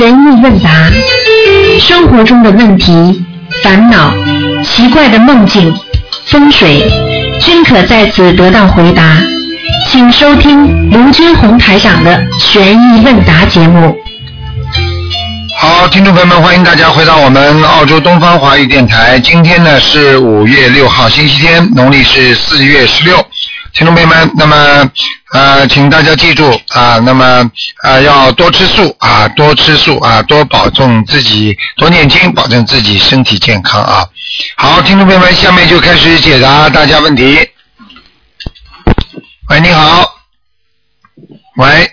问问答，生活中的问题、烦恼、奇怪的梦境、风水，均可在此得到回答。请收听卢军红台长的《悬疑问答》节目。好，听众朋友们，欢迎大家回到我们澳洲东方华语电台。今天呢是五月六号，星期天，农历是四月十六。听众朋友们，那么呃，请大家记住啊，那么呃要多吃素啊，多吃素啊，多保重自己，多念经，保证自己身体健康啊。好，听众朋友们，下面就开始解答大家问题。喂，你好。喂，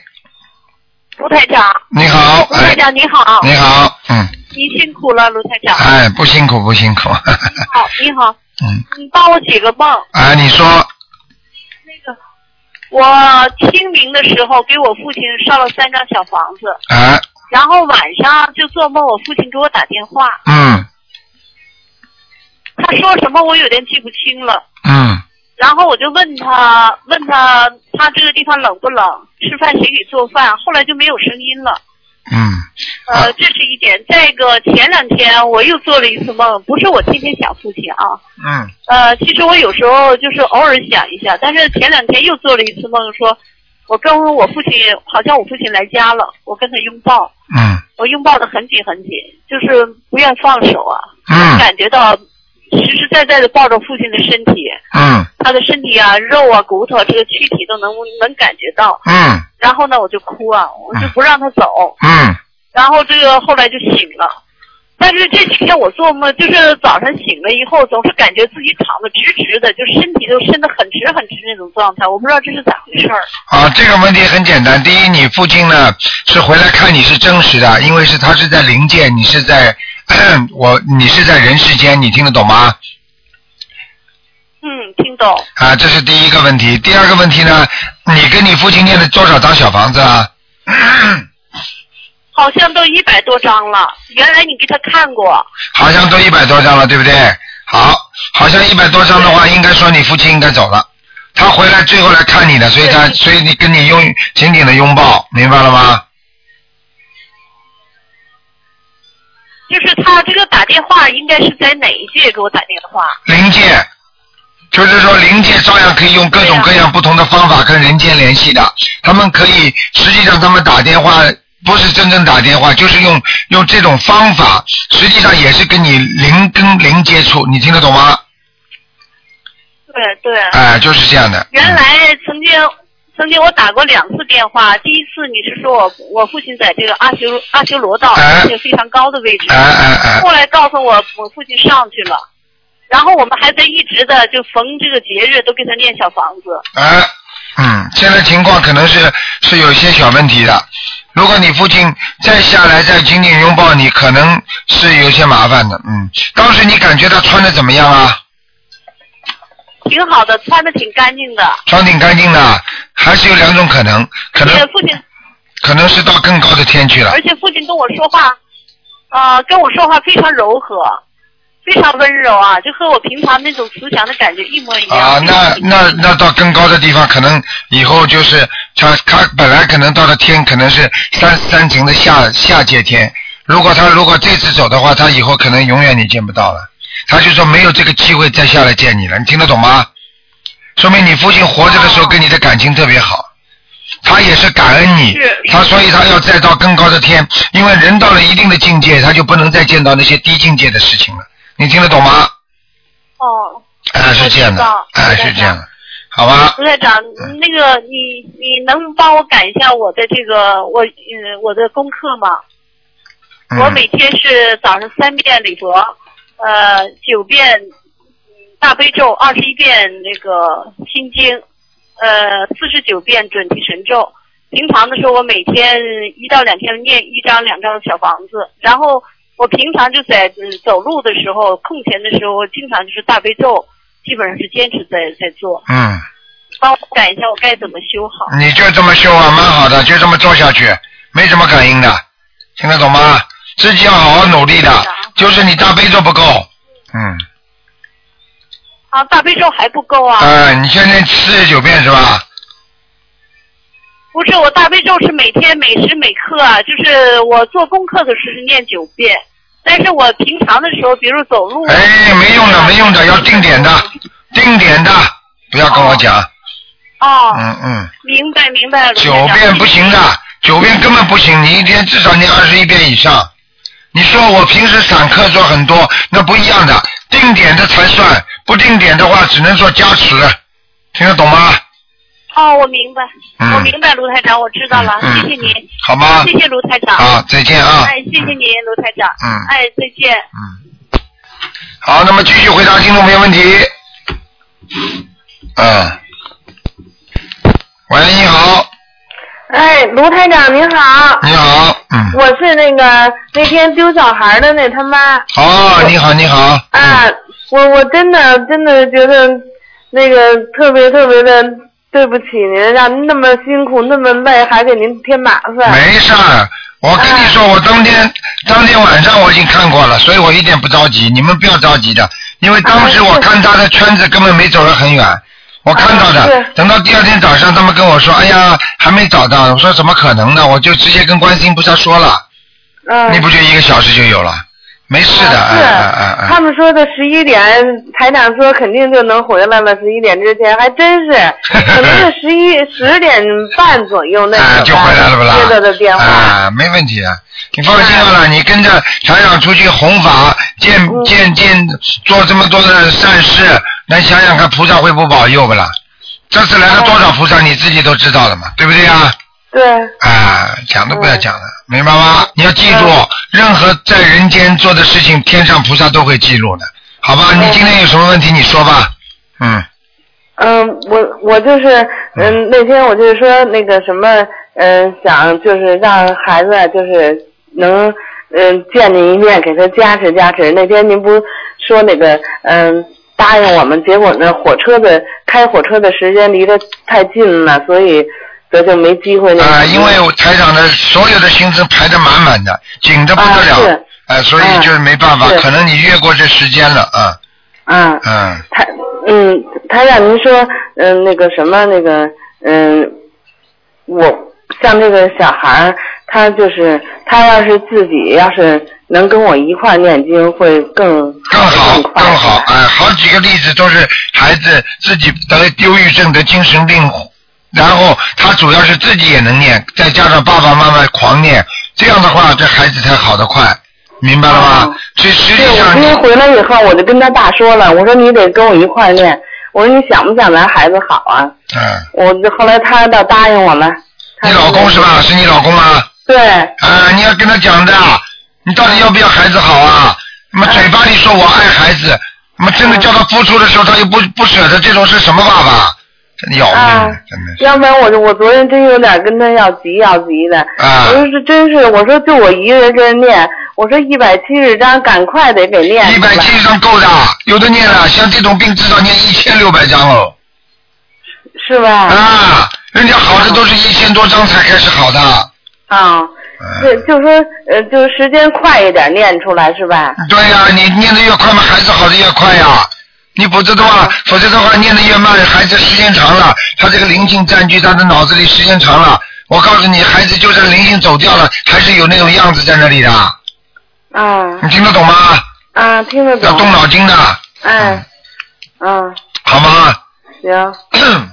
卢台长，你好，卢台哎，长你好，你好，嗯，您辛苦了，卢台长。哎，不辛苦不辛苦，你好，你好，嗯，你帮我解个梦。啊，你说，那个，我清明的时候给我父亲烧了三张小房子，啊，然后晚上就做梦，我父亲给我打电话，嗯他说什么我有点记不清了。嗯然后我就问他，问他他这个地方冷不冷，吃饭谁给做饭？后来就没有声音了。嗯，呃啊，这是一点。再一个，前两天我又做了一次梦，不是我天天想父亲啊，嗯呃，其实我有时候就是偶尔想一下，但是前两天又做了一次梦，说我跟我父亲，好像我父亲来家了，我跟他拥抱，嗯我拥抱的很紧很紧，就是不愿放手啊，嗯感觉到实实在在的抱着父亲的身体，嗯他的身体啊、肉啊、骨头啊这个躯体都能能感觉到。嗯然后呢，我就哭啊，我就不让他走，嗯然后这个后来就醒了。但是这几天我做梦，就是早上醒了以后，总是感觉自己躺的直直的，就身体都伸得很直很直那种状态，我不知道这是咋回事儿。啊，这个问题很简单。第一，你父亲呢是回来看你是真实的，因为是他是在灵界，你是在 我你是在人世间，你听得懂吗？嗯，听懂。啊，这是第一个问题。第二个问题呢，你跟你父亲念了多少张小房子啊？好像都一百多张了，原来你给他看过。好像都一百多张了，对不对？好，好像一百多张的话，应该说你父亲应该走了。他回来最后来看你的，所以他对所以你跟你拥紧紧的拥抱，明白了吗？就是他这个打电话应该是在哪一届给我打电话？灵界，就是说灵界照样可以用各种各样不同的方法跟人间联系的。他们可以，实际上他们打电话不是真正打电话，就是用用这种方法，实际上也是跟你灵跟灵接触，你听得懂吗？对对。哎、就是这样的。原来曾经曾经我打过两次电话，第一次你是说我我父亲在这个阿修阿修罗道，哎而且非常高的位置，哎哎哎后来告诉我我父亲上去了，然后我们还在一直的就逢这个节日都给他念小房子，哎，嗯，现在情况可能是是有一些小问题的。如果你父亲再下来再紧紧拥抱你，可能是有些麻烦的。嗯，当时你感觉他穿的怎么样啊？挺好的，穿的挺干净的，穿挺干净的，还是有两种可能，可而且能父亲可能是到更高的天去了而。且父亲跟我说话，呃，跟我说话非常柔和。非常温柔啊，就和我平常那种慈祥的感觉一模一样。啊，那那那到更高的地方，可能以后就是他他本来可能到了天，可能是三三层的下下界天。如果他如果这次走的话，他以后可能永远你见不到了。他就说没有这个机会再下来见你了，你听得懂吗？说明你父亲活着的时候哦跟你的感情特别好，他也是感恩你是，他所以他要再到更高的天，因为人到了一定的境界，他就不能再见到那些低境界的事情了。你听得懂吗？哦，哎，是这样我的知道，哎，是这样的，好吧？卢台长，那个你你能帮我改一下我的这个我嗯我的功课吗？嗯我每天是早上三遍礼佛，呃九遍嗯大悲咒，二十一遍那个心经，呃四十九遍准提神咒。平常的时候，我每天一到两天念一张两张小房子，然后我平常就在嗯走路的时候、空闲的时候，我经常就是大悲咒，基本上是坚持在在做。嗯，帮我改一下，我该怎么修好？你就这么修啊，蛮好的，就这么做下去，没什么感应的，听得懂吗？自己要好好努力是的的，就是你大悲咒不够，嗯，啊，大悲咒还不够啊！哎呃，你现在四十九遍是吧？不是，我大悲咒是每天每时每刻啊，就是我做功课的时候是念九遍，但是我平常的时候，比如走路啊，哎，没用的，没用的，要定点的，定点的，不要跟我讲。哦，嗯嗯嗯，明白明白了。九卢台长遍不行的，九遍根本不行，你一天至少念二十一遍以上。你说我平时散客做很多，那不一样的，定点的才算，不定点的话只能做加持，听得懂吗？哦，我明白，嗯我明白，卢台长，我知道了，嗯谢谢您，好吗？谢谢卢台长，啊，再见啊。哎，谢谢您，卢台长，嗯哎，再见。嗯，好，那么继续回答听众朋友问题。嗯，喂，你好，哎，卢台长您好，你好，嗯，我是那个那天丢小孩的那他妈哦，你好，你嗯好，啊，我我真的真的觉得那个特别特别的对不起您，让您那么辛苦那么累，还给您添麻烦。没事儿，我跟你说，我当嗯天当天晚上我已经看过了，所以我一点不着急，你们不要着急的，因为当时啊我看他的圈子根本没走得很远。我看到啊的是，等到第二天早上，他们跟我说：“哎呀，还没找到。”我说：“怎么可能呢？”我就直接跟观世音菩萨说了。嗯，你不就一个小时就有了？没事的，啊哎是、哎哎他哎，们说的十一点，台长说肯定就能回来了，十一点之前还真 是，可能是十一十点半左右那哎个就回来了不啦？接到的电话。啊，没问题啊，你放心好了，你跟着台长出去弘法，见嗯见见，做这么多的善事，来想想看，菩萨会不保佑不啦？这次来了多少嗯菩萨，你自己都知道了嘛，对不对啊？对，啊，讲都不嗯要讲了，明白吗？你要记住，任何在人间做的事情，天上菩萨都会记录的，好吧？你今天有什么问题，你说吧。嗯，嗯，我我就是，嗯，那天我就是说那个什么，嗯，想就是让孩子就是能，嗯，见您一面，给他加持加持。那天您不说那个，嗯，答应我们，结果呢，火车的开火车的时间离得太近了，所以这就没机会那个什么。啊，因为我台长的所有的行程排得满满的，紧得不得啊了是，哎、所以嗯就是没办法，是可能你越过这时间了啊，啊，嗯，台嗯，台长，您说嗯那个什么那个嗯，我像这个小孩儿，他就是他要是自己要是能跟我一块儿念经，会更更好快更好，哎、好几个例子都是孩子自己得忧郁症、得精神病，然后他主要是自己也能念，再加上爸爸妈妈狂念，这样的话这孩子才好得快，明白了吗哦？所以实际对，我上今你天回来以后，我就跟他爸说了，我说你得跟我一块儿念，我说你想不想咱孩子好啊？嗯，我就后来他倒答应我了。他你老公是吧？是你老公吗？对，啊，你要跟他讲的，你到底要不要孩子好啊？那么嘴巴里说我爱孩子，那么真嗯的叫他付出的时候，他又不不舍得，这种是什么爸爸？真的要啊命，真的是。要不然我就我昨天真有点跟他要急要急的，啊我说是真是，我说就我一个人跟人念，我说一百七十张，赶快得给念一出来百七十张够的，有的念了，像这种病至少念一千六百张哦。是吧？啊，人家好的都是一千多张才开始好的。啊，对，嗯，就说呃，就时间快一点念出来是吧？对呀、你念的越快嘛，孩子好的越快呀、你否则的话，否则的话念的越慢，孩子时间长了，他这个灵性占据他的脑子里时间长了，我告诉你，孩子就算灵性走掉了，还是有那种样子在那里的，啊你听得懂吗？啊，听得嗯要懂，动脑筋的，哎，嗯，好吗？行，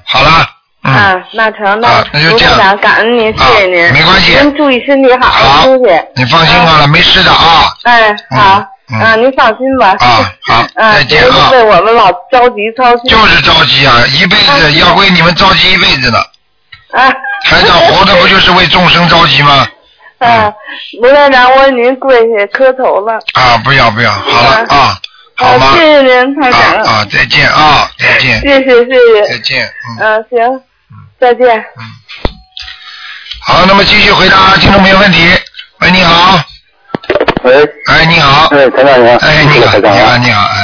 好了，嗯，啊，那成，那啊那就卢这样台长，感恩您，谢谢啊您，没关系您注意身体好好好休息，你放心好了，没事的啊，哎，好，嗯嗯啊，您放心吧， 啊，好，啊，再见啊别，为我们老着急操心，就是着急啊，一辈子要为你们着急一辈子呢，啊。台长活着不就是为众生着急吗？嗯啊，卢台长，我给您跪下磕头了。啊，不要不要，好了啊啊，好吗啊，？谢谢您，台啊长。啊，再见啊，再见谢，谢谢再谢。见，嗯，嗯、行，再见。好，那么继续回答听众朋友问题。喂，你好，喂，哎，你好，哎，台长你好，哎，你谢谢好，台你长好，啊，你好，哎，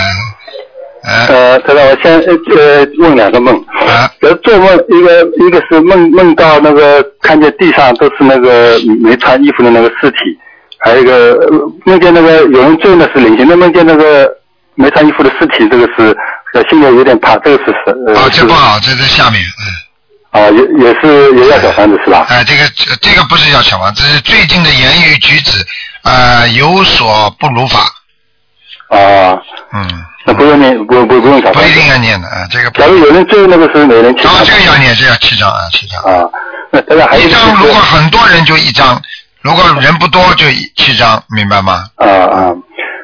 哎，呃，台长，我先呃呃问两个梦，啊，呃，做梦一个一个是梦梦到那个看见地上都是那个没穿衣服的那个尸体，还有一个呃梦见那个有人追的是灵性，那梦见那个没穿衣服的尸体，这个是呃心里有点怕，这个是是呃啊，这是不好，这在下面，嗯，啊，也也是也要小房子是吧？啊，这个这这个不是叫小房子，这是最近的言语举止啊有所不如法，啊，嗯，那不用念，不不不用小不房一子。定要念的啊，这个不假如有人追那个是每人七然后这个张要念，这要七张啊，七张。啊，那当然还有一就张如是果很多人就一张，如果人不多就一七张，明白吗？啊啊，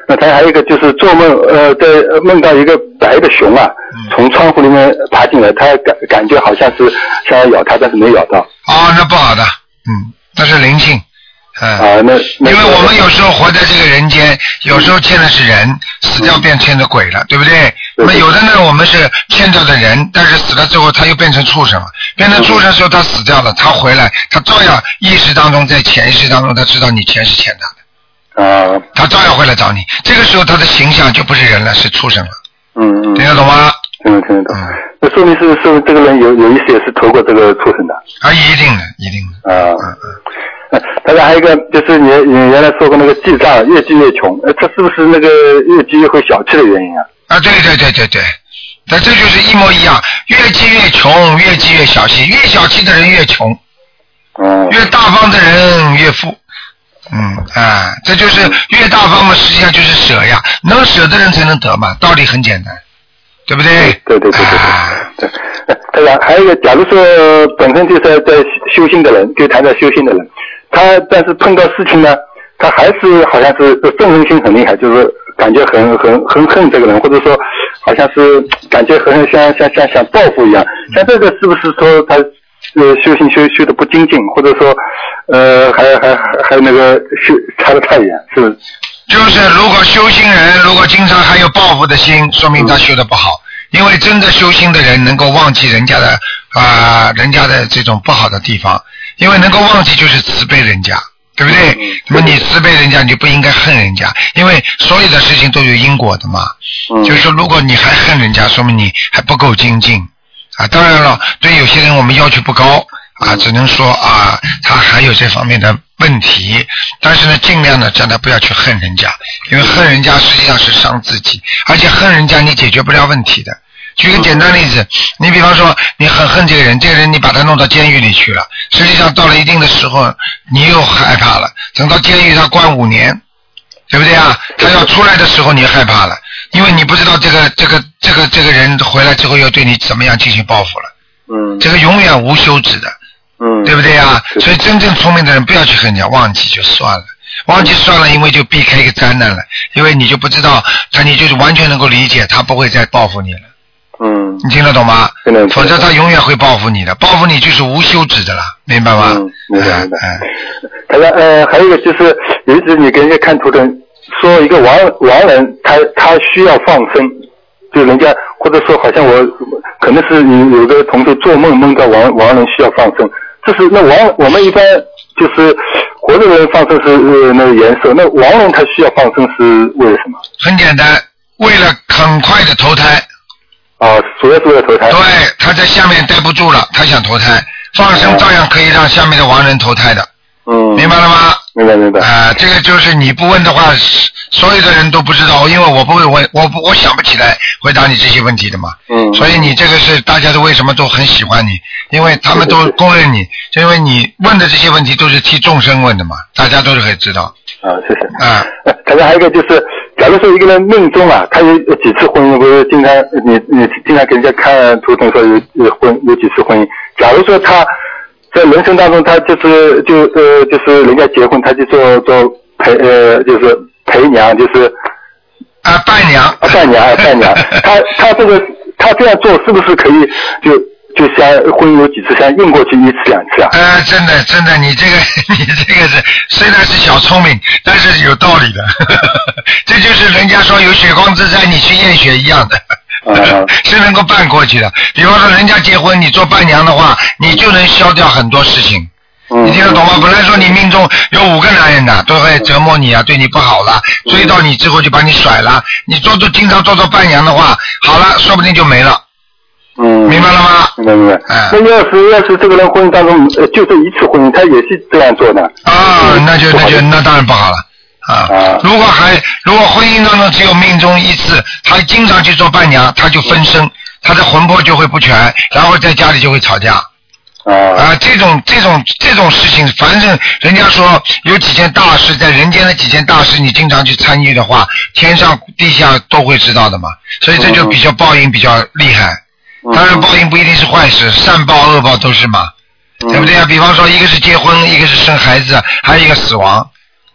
那他还有一个就是做梦，呃，在呃梦到一个白的熊啊，嗯从窗户里面爬进来，他感感觉好像是想要咬他，但是没咬到哦，那不好的，嗯，那是灵性，嗯。啊。那因那为个我们有时候活在这个人间，有时候欠的是人，死掉变欠的鬼了，对不对？那对么有的呢，我们是欠掉的人，但是死了之后他又变成畜生了，变成畜生之后他死掉了，他回来，他照样意识当中在潜意识当中他知道你钱是欠他的，啊，他照样会来找你。这个时候他的形象就不是人了，是畜生了，嗯嗯，听得懂吗？听得懂听得懂嗯。那说明是是不是这个人有有一些也是投过这个畜生的啊，一定的，一定的。啊。嗯呃当然还有一个就是你你原来说过那个记账越记越穷，呃，这是不是那个越记越会小气的原因啊？啊，对对对对对，那这就是一模一样，越积越穷，越积越小气，越小气的人越穷，嗯，越大方的人越富。嗯啊，这就是越大方嘛，实际上就是舍呀，能舍的人才能得嘛，道理很简单，对不对？对对对对对啊对，呃当然还有一个，假如说本身就是在在修心的人，就谈到修心的人，他但是碰到事情呢，他还是好像是愤恨心很厉害，就是感觉很很很恨这个人，或者说好像是感觉很像像像像报复一样。像这个是不是说他呃修行修修的不精进，或者说呃还还还还有那个修差的太远，是不是？就是如果修心人如果经常还有报复的心，说明他修的不好。因为真的修心的人能够忘记人家的啊、人家的这种不好的地方，因为能够忘记就是慈悲人家，对不对？那么你慈悲人家，你就不应该恨人家，因为所有的事情都有因果的嘛。嗯就是说，如果你还恨人家，说明你还不够精进啊。当然了，对有些人我们要求不高啊，只能说啊，他还有这方面的问题。但是呢，尽量呢，叫他不要去恨人家，因为恨人家实际上是伤自己，而且恨人家你解决不了问题的。举个简单例子，你比方说你很恨这个人，这个人你把他弄到监狱里去了，实际上到了一定的时候，你又害怕了。等到监狱他关五年，对不对啊？他要出来的时候你害怕了，因为你不知道这个这个这个这个人回来之后要对你怎么样进行报复了，嗯这个永远无休止的，嗯，对不对啊？是所以真正聪明的人不要去恨人家，忘记就算了。嗯忘记算了，因为就避开一个灾难了，因为你就不知道他，你就是完全能够理解他不会再报复你了，嗯你听得懂吗？听得懂否则他永远会报复你的，报复你就是无休止的了，明白吗？嗯明白明白哎哎他说，呃，还有一个就是，有一次你给人家看图腾，说一个亡亡人，他他需要放生，就人家或者说好像我可能是有有个同事做梦梦到亡亡人需要放生，这是那亡我们一般就是活着人放生是呃那个颜色，那亡人他需要放生是为了什么？很简单，为了很快的投胎，啊，主要是为了投胎。对，他在下面待不住了，他想投胎，放生照样可以让下面的亡人投胎的，嗯，明白了吗？明白明白。啊、这个就是你不问的话，所有的人都不知道，因为我不会问，我不我想不起来回答你这些问题的嘛。嗯，所以你这个是大家都为什么都很喜欢你，因为他们都公认你，就因为你问的这些问题都是替众生问的嘛，大家都是可以知道啊，谢谢。啊、 呃，可能还有一个就是，假如说一个人命中啊，他有有几次婚姻，不是经常你你经常给人家看图腾说有有婚有几次婚姻。假如说他在人生当中，他就是就呃就是人家结婚，他就做做陪呃就是陪娘，就是啊，伴娘啊 伴娘啊伴娘，他他这个他这样做是不是可以就就像婚姻有几次像应过去一次两次啊？呃，真的，真的，你这个， 你这个是虽然是小聪明，但是有道理的。 这就是人家说有血光之灾，你去验血一样的嗯， 是能够办过去的。比方说，人家结婚，你做伴娘的话，你就能消掉很多事情。嗯你听得懂吗？本来说你命中有五个男人的，都会折磨你啊，对你不好了，嗯追到你之后就把你甩了。你做做经常做做伴娘的话，好了，说不定就没了，嗯，明白了吗？明白明白。哎那要是要是这个人婚姻当中呃就这一次婚姻，他也是这样做的。啊，那就不那好就意思那当然不好了啊啊！如果还如果婚姻当中只有命中一次，他经嗯常去做伴娘，他就分身，他的魂魄就会不全，然后在家里就会吵架，啊啊，这种这种这种事情，凡是人家说有几件大事，在人间的几件大事，你经常去参与的话，天上地下都会知道的嘛。所以这就比较报应比较厉害。嗯当然，报应不一定是坏事，善报恶报都是嘛，嗯对不对啊？比方说，一个是结婚，一个是生孩子，还有一个死亡，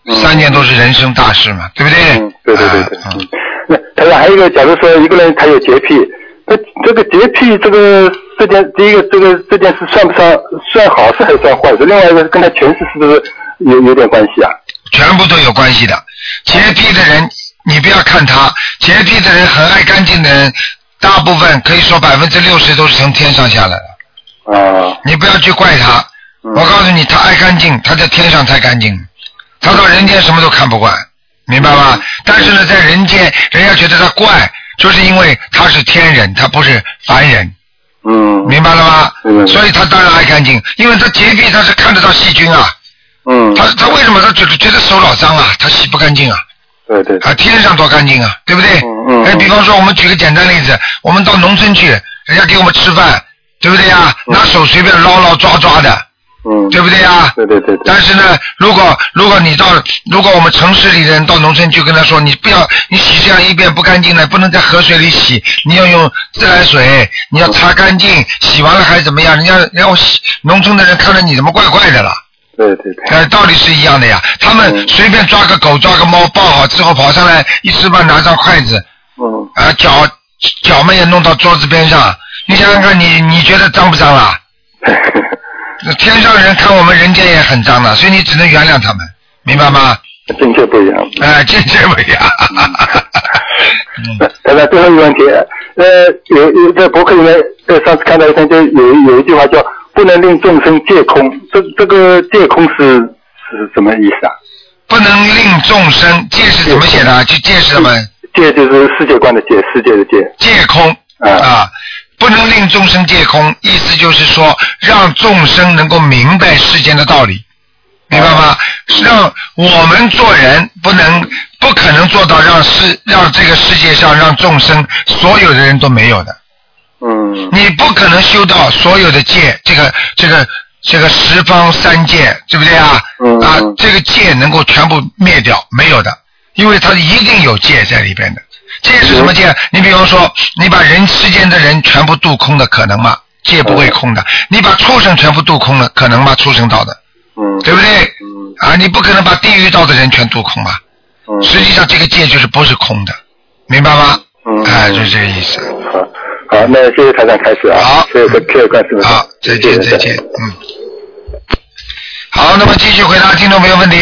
嗯三件都是人生大事嘛，对不对？嗯，对对对对啊，嗯嗯，那台长还有一个，假如说一个人他有洁癖，那这个洁癖这个这件，第一个这个这件事算不算算好事还是算坏事？另外一个跟他前世是不是有有点关系啊？全部都有关系的。洁癖的人，你不要看他，洁癖的人很爱干净的人，大部分可以说百分之六十都是从天上下来的。啊，你不要去怪他，嗯我告诉你，他爱干净，他在天上太干净，他到人间什么都看不惯，明白嗯吧？但是呢，在人间，人家觉得他怪，就是因为他是天人，他不是凡人，嗯，明白了吗嗯？所以他当然爱干净，因为他洁癖，他是看得到细菌啊，嗯，他他为什么他觉得觉得手老脏啊，他洗不干净啊？对对，啊，天上多干净啊，对不对？嗯嗯哎，嗯比方说，我们举个简单例子，我们到农村去，人家给我们吃饭，对不对呀？拿手随便捞捞抓抓的，嗯，对不对呀？对对对对，但是呢，如果如果你到如果我们城市里的人到农村去跟他说，你不要你洗这样一遍不干净了，不能在河水里洗，你要用自来水，你要擦干净，洗完了还怎么样？人家人家洗农村的人看着你怎么怪怪的了。对对嗯对，呃，道理是一样的呀。他们随便抓个狗、抓个猫，抱好之后跑上来，一吃饭拿张筷子，嗯，啊、脚脚们也弄到桌子边上。你想想看你，你觉得脏不脏 啦？天上人看我们人间也很脏的，所以你只能原谅他们，明白吗？境界不一样。嗯哎、见见不一样。台长，最后一个问题，呃，有有在博客里面，呃，上次看到一篇，就有有一句话叫“不能令众生皆空”，这这个“皆空是”是什么意思啊？不能令众生，戒是怎么写的啊？就戒是什么？界就是世界观的界，世界的界。戒空嗯啊，不能令众生戒空，意思就是说让众生能够明白世间的道理，明白吗？让我们做人不能不可能做到让世让这个世界上让众生所有的人都没有的，嗯你不可能修到所有的戒，这个这个这个十方三界，对不对啊？嗯啊嗯，这个戒能够全部灭掉，没有的，因为它一定有戒在里边的。戒是什么嗯戒？你比方说，你把人世间的人全部度空的，可能吗？戒不会空的。你把畜生全部度空了，可能吗？畜生道的，嗯对不对？嗯啊，你不可能把地狱道的人全度空吧？嗯实际上，这个戒就是不是空的，明白吗？嗯哎，就是这个意思。好，好，那谢谢台长开始啊，好谢谢谢谢观世音菩萨好，再见谢谢再见，嗯。好，那么继续回答听众朋友问题。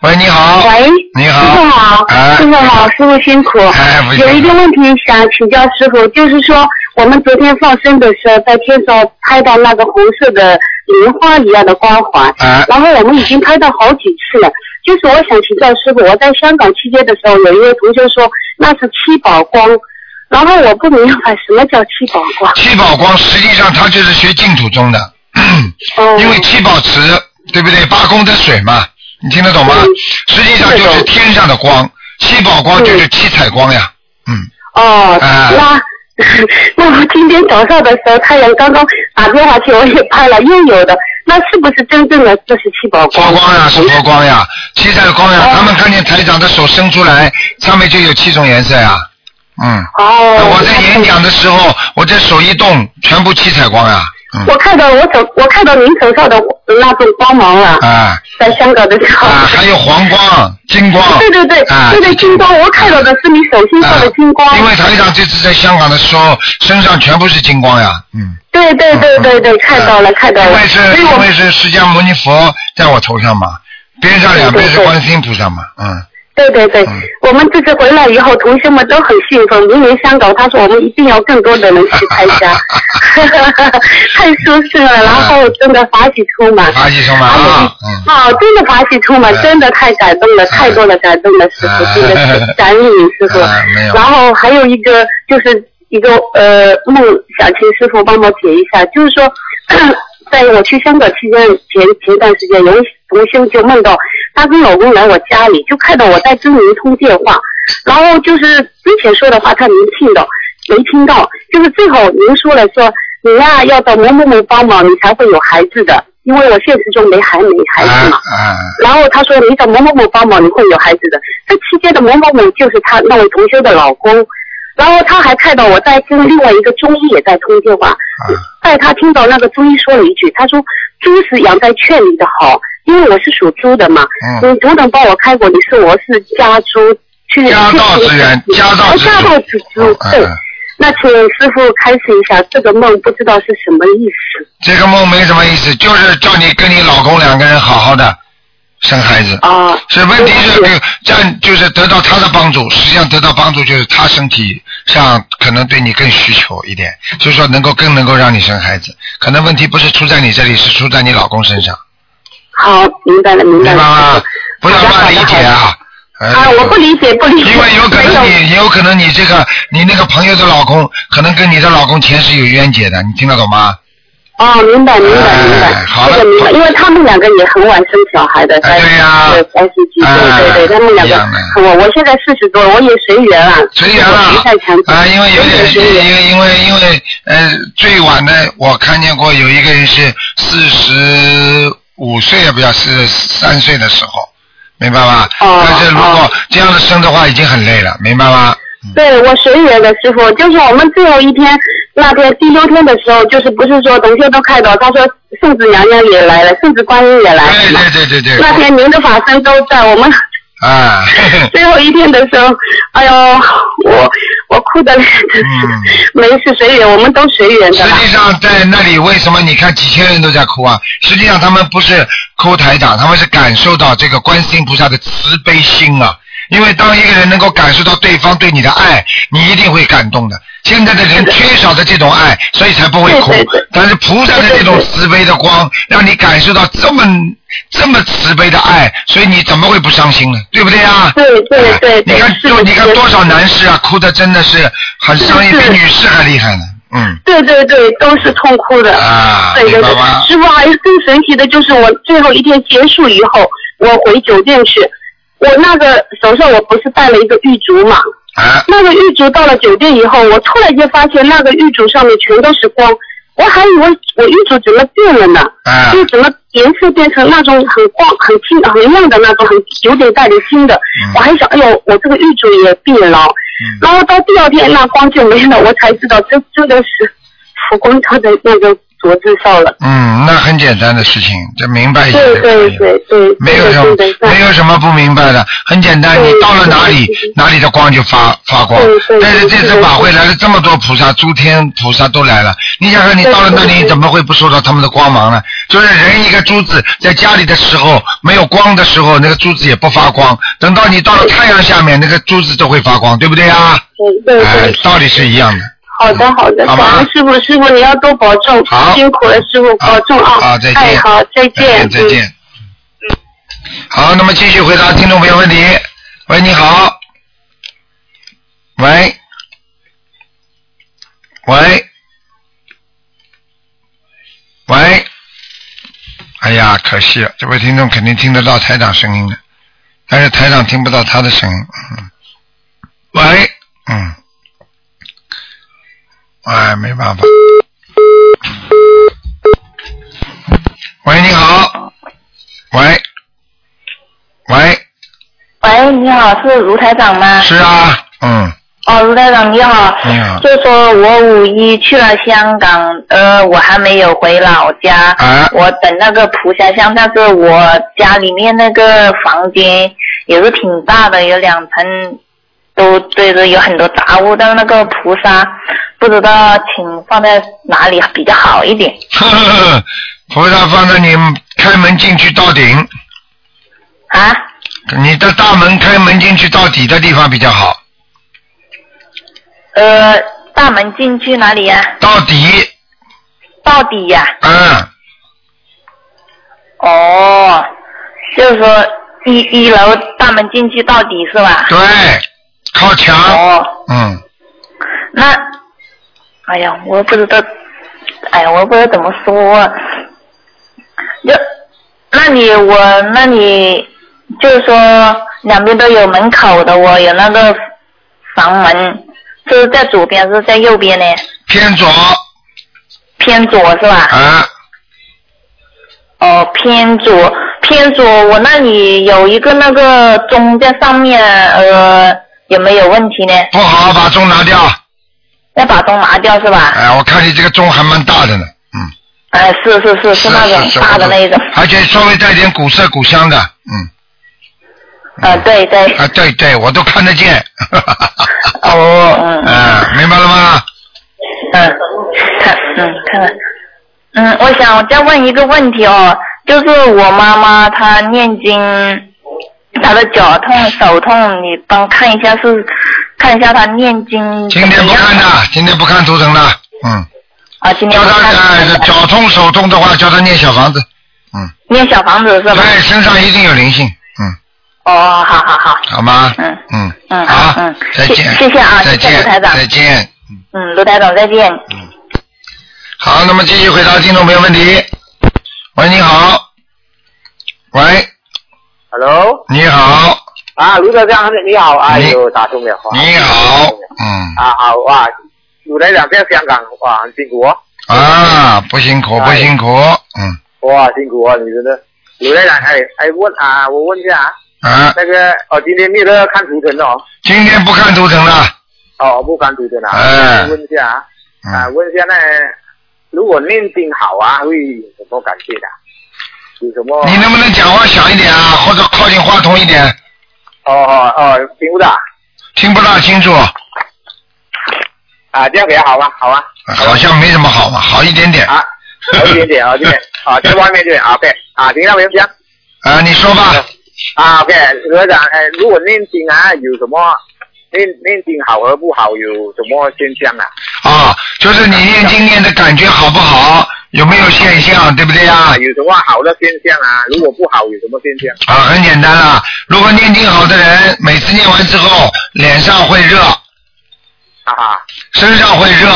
喂，你好。喂，你好师傅好，哎师傅好，师傅辛苦。哎不辛苦有一个问题想请教师傅，就是说我们昨天放生的时候，在天上拍到那个红色的莲花一样的光环，哎然后我们已经拍到好几次了。就是我想请教师傅，我在香港期间的时候，有一位同学说那是七宝光，然后我不明白什么叫七宝光。七宝光实际上他就是学净土宗的，哦，因为七宝池对不对？八功德水嘛，你听得懂吗嗯？实际上就是天上的光，七宝光就是七彩光呀。嗯，哦，啊那 那我今天早上的时候，太阳刚刚打电话去，我也拍了，又有的，那是不是真正的这是七宝佛光？嗯光呀，是佛光呀，七彩光呀。哦他们看见台长的手伸出来，上面就有七种颜色呀。嗯，哦，我在演讲的时候，我这手一动，全部七彩光呀。嗯。我看到我手，我看到您手上的那种光芒了，啊在香港的时候。啊，还有黄光、金光，对对对，啊，对对，金光，我看到的是你手心上的金光。啊因为台长这次在香港的时候，身上全部是金光呀，嗯，呃对对对对对，看到了看到因了为，啊是所以我因们为是释迦牟尼佛在我头上嘛，边上两边是对对对观世音菩萨嘛，嗯，对对对，嗯我们这次回来以后，同学们都很兴奋。明年香港，他说我们一定要更多的人去参 加，太舒适了，然后真的法喜充满。嗯法喜充满啊啊，嗯，哦，真的法喜充满，嗯真的太感动了，太多了感动了，师傅，真 的是感恩你师傅啊没有。然后还有一个就是一个呃梦，想请师傅帮忙解一下，就是说， 在我去香港期间前前段时间，有一同修就梦到她跟老公来我家里，就看到我在跟您通电话，然后就是之前说的话她没听到，没听到，就是最后您说了说你呀、要找某某某帮忙，你才会有孩子的，因为我现实中没孩没孩啊子嘛。啊，然后他说你找某某某帮忙，你会有孩子的。这期间的某某某就是他那位同修的老公，然后他还看到我在跟另外一个中医也在通电话，啊带他听到那个中医说了一句，他说猪是养在圈里的好，因为我是属猪的嘛。嗯，你头等帮我开过，你是我是家猪去家道之源去家道之哦家道之嗯猪，对。嗯那请师傅开示一下，这个梦不知道是什么意思这个梦没什么意思，就是叫你跟你老公两个人好好的生孩子。啊？是问题是了解，这样就是得到他的帮助，实际上得到帮助就是他身体上可能对你更需求一点，就是说能够更能够让你生孩子。可能问题不是出在你这里，是出在你老公身上，好，明白了，明明白白了。吗？不要好乱的理解啊！呃啊，我不理解，不理解。因为有可没能你，也有可能你这个，你那个朋友的老公，可能跟你的老公前世有冤结的，你听得懂吗？哦，明白，明白，明哎白。好了这个明白，因为他们两个也很晚生小孩的，哎三对呀对三十几岁，哎对对，他们两一个样的。我我现在四十多，我也随缘啊。随缘我了不太强求啊，因为有点，因随缘。为因为因为呃，最晚的我看见过有一个人是四十五岁，啊也不要四十三岁的时候，明白吧？哦但是如果哦这样的生的话，已经很累了，明白吗？对我随缘的师傅，就是我们最后一天那天第六天的时候，就是不是说同学都看到，他说圣子娘娘也来了，圣子观音也来了对嘛。对对对那对，天您的法身都在我们。 啊， 嘿嘿最后一天的时候，哎呦，我我哭的，嗯 没事，随缘，我们都随缘的实啦。际上在那里，为什么你看几千人都在哭啊？实际上他们不是哭台长，他们是感受到这个观世音菩萨的慈悲心啊。因为当一个人能够感受到对方对你的爱，你一定会感动的。现在的人缺少的这种爱，所以才不会哭对对对。但是菩萨的这种慈悲的光，让你感受到这么这么慈悲的爱，所以你怎么会不伤心呢？对不对啊？对对对对，你看，是就的你看是的多少男士啊，哭的真的是很伤心，是比是女士还厉害呢。嗯。对对对，都是痛哭的。啊，对对明对白吗，？师傅还有更神奇的就是，我最后一天结束以后，我回酒店去，我那个手上我不是戴了一个玉镯嘛，啊，那个玉镯到了酒店以后，我突然间发现那个玉镯上面全都是光，我还以为我玉镯怎么变了呢？啊就怎么颜色变成那种很光、很清、很亮的那种，很有点带点金的。嗯我还想，哎呦，我这个玉镯也变了。然后到第二天，那光就没了，我才知道这真的是佛光他的那个镯子上了。嗯，那很简单的事情，这明白一点就可对对以了。对对，没有什么对对，对没有什么不明白的，很简单。你对到了哪里对对，哪里的光就发发光对。对但是这次对法会来了这么多菩萨，诸天菩萨都来了。你想想，你对到了那对里对怎么会不受到他们的光芒呢？就是人一个珠子，在家里的时候没有光的时候，那个珠子也不发光。等到你到了太阳下面，那个珠子都会发光，对不对啊？对对哎对，，道理是一样的。好的好的，好吧感恩师傅，师傅你要多保重好，辛苦了师傅，保重啊！好，再见。哎，好，再见，再嗯见。好，那么继续回答听众朋友问题。喂，你好。喂。喂。喂。哎呀，可惜了，这位听众肯定听得到台长声音的，但是台长听不到他的声音。嗯。喂。嗯。哎，没办法。喂，你好。喂，喂，喂，你好，是卢台长吗？是啊，嗯，哦，卢台长你好。你好 就说我五一去了香港，呃，我还没有回老家。啊我等那个蒲霞香，但是我家里面那个房间也是挺大的，有两层，都对着有很多杂物，但是那个菩萨不知道请放在哪里比较好一点。呵呵呵，菩萨放在你开门进去到顶，啊，你的大门开门进去到底的地方比较好，呃，大门进去哪里呀、到底，到底呀、嗯，哦，就是说一一楼大门进去到底是吧？对，靠墙，哦，嗯，那，哎呀，我不知道，哎呀，我不知道怎么说、啊。就，那你我那你就是说两边都有门口的，我有那个房门，是在左边还是在右边呢？偏左偏左是吧？啊，哦，偏左，偏左。我那里有一个那个钟在上面，呃，有没有问题呢？不好，把钟拿掉。要把钟拿掉是吧？哎，我看你这个钟还蛮大的呢，嗯，哎，是是是是那是种大的那一种。而且稍微带点古色古香的，嗯，啊，对对。啊，对对，我都看得见， 哦，嗯嗯啊，明白了吗？嗯，看嗯看看，嗯，我想再问一个问题哦，就是我妈妈她念经，她的脚痛、手痛，你帮看一下是看一下她念经怎今么天不样看的，今天不看图腾的，嗯，啊？今天叫不他看哎脚痛手痛的话，叫他念小房子，嗯，念小房子是吧？对，身上一定有灵性，嗯，哦，好好好，好吗？嗯嗯嗯好，嗯再见，谢谢谢啊再谢谢见，卢台长再见。嗯，卢台长再见。好，那么继续回答听众朋友问题。喂，你好。喂， Hello，你好，啊，卢德亮，你好，哎呦，打通电话，你好，嗯，啊好哇，我来两遍香港，哇，很辛苦哦，啊，不辛哎苦，不辛苦，嗯，哇，辛苦哦，你真的，卢台长，哎哎，问啊，我问一下啊，啊，那个哦，今天那个看图腾哦，今天不看图腾了，哦，不看图腾啊，哎问一下啊，啊，嗯，问一下那，如果念经好啊，会有什么感觉的？有什么？你能不能讲话响一点啊，或者靠近话筒一点，哦哦哦，听不到啊听不大清楚，哎啊，这样比较好吧，好啊，好像没什么好嘛，好一点点，啊，好一点点，好一点点，啊，在外面对，啊，对，啊，听到没有？这样。啊，你说吧，啊，OK，科长，哎，如果念经啊，有什么念念经好和不好有什么现象啊？啊，就是你念经念的感觉好不好，有没有现象，对不对啊啊，？有什么好的现象啊？如果不好有什么现象？啊，很简单啦。如果念经好的人，每次念完之后，脸上会热，啊哈，身上会热，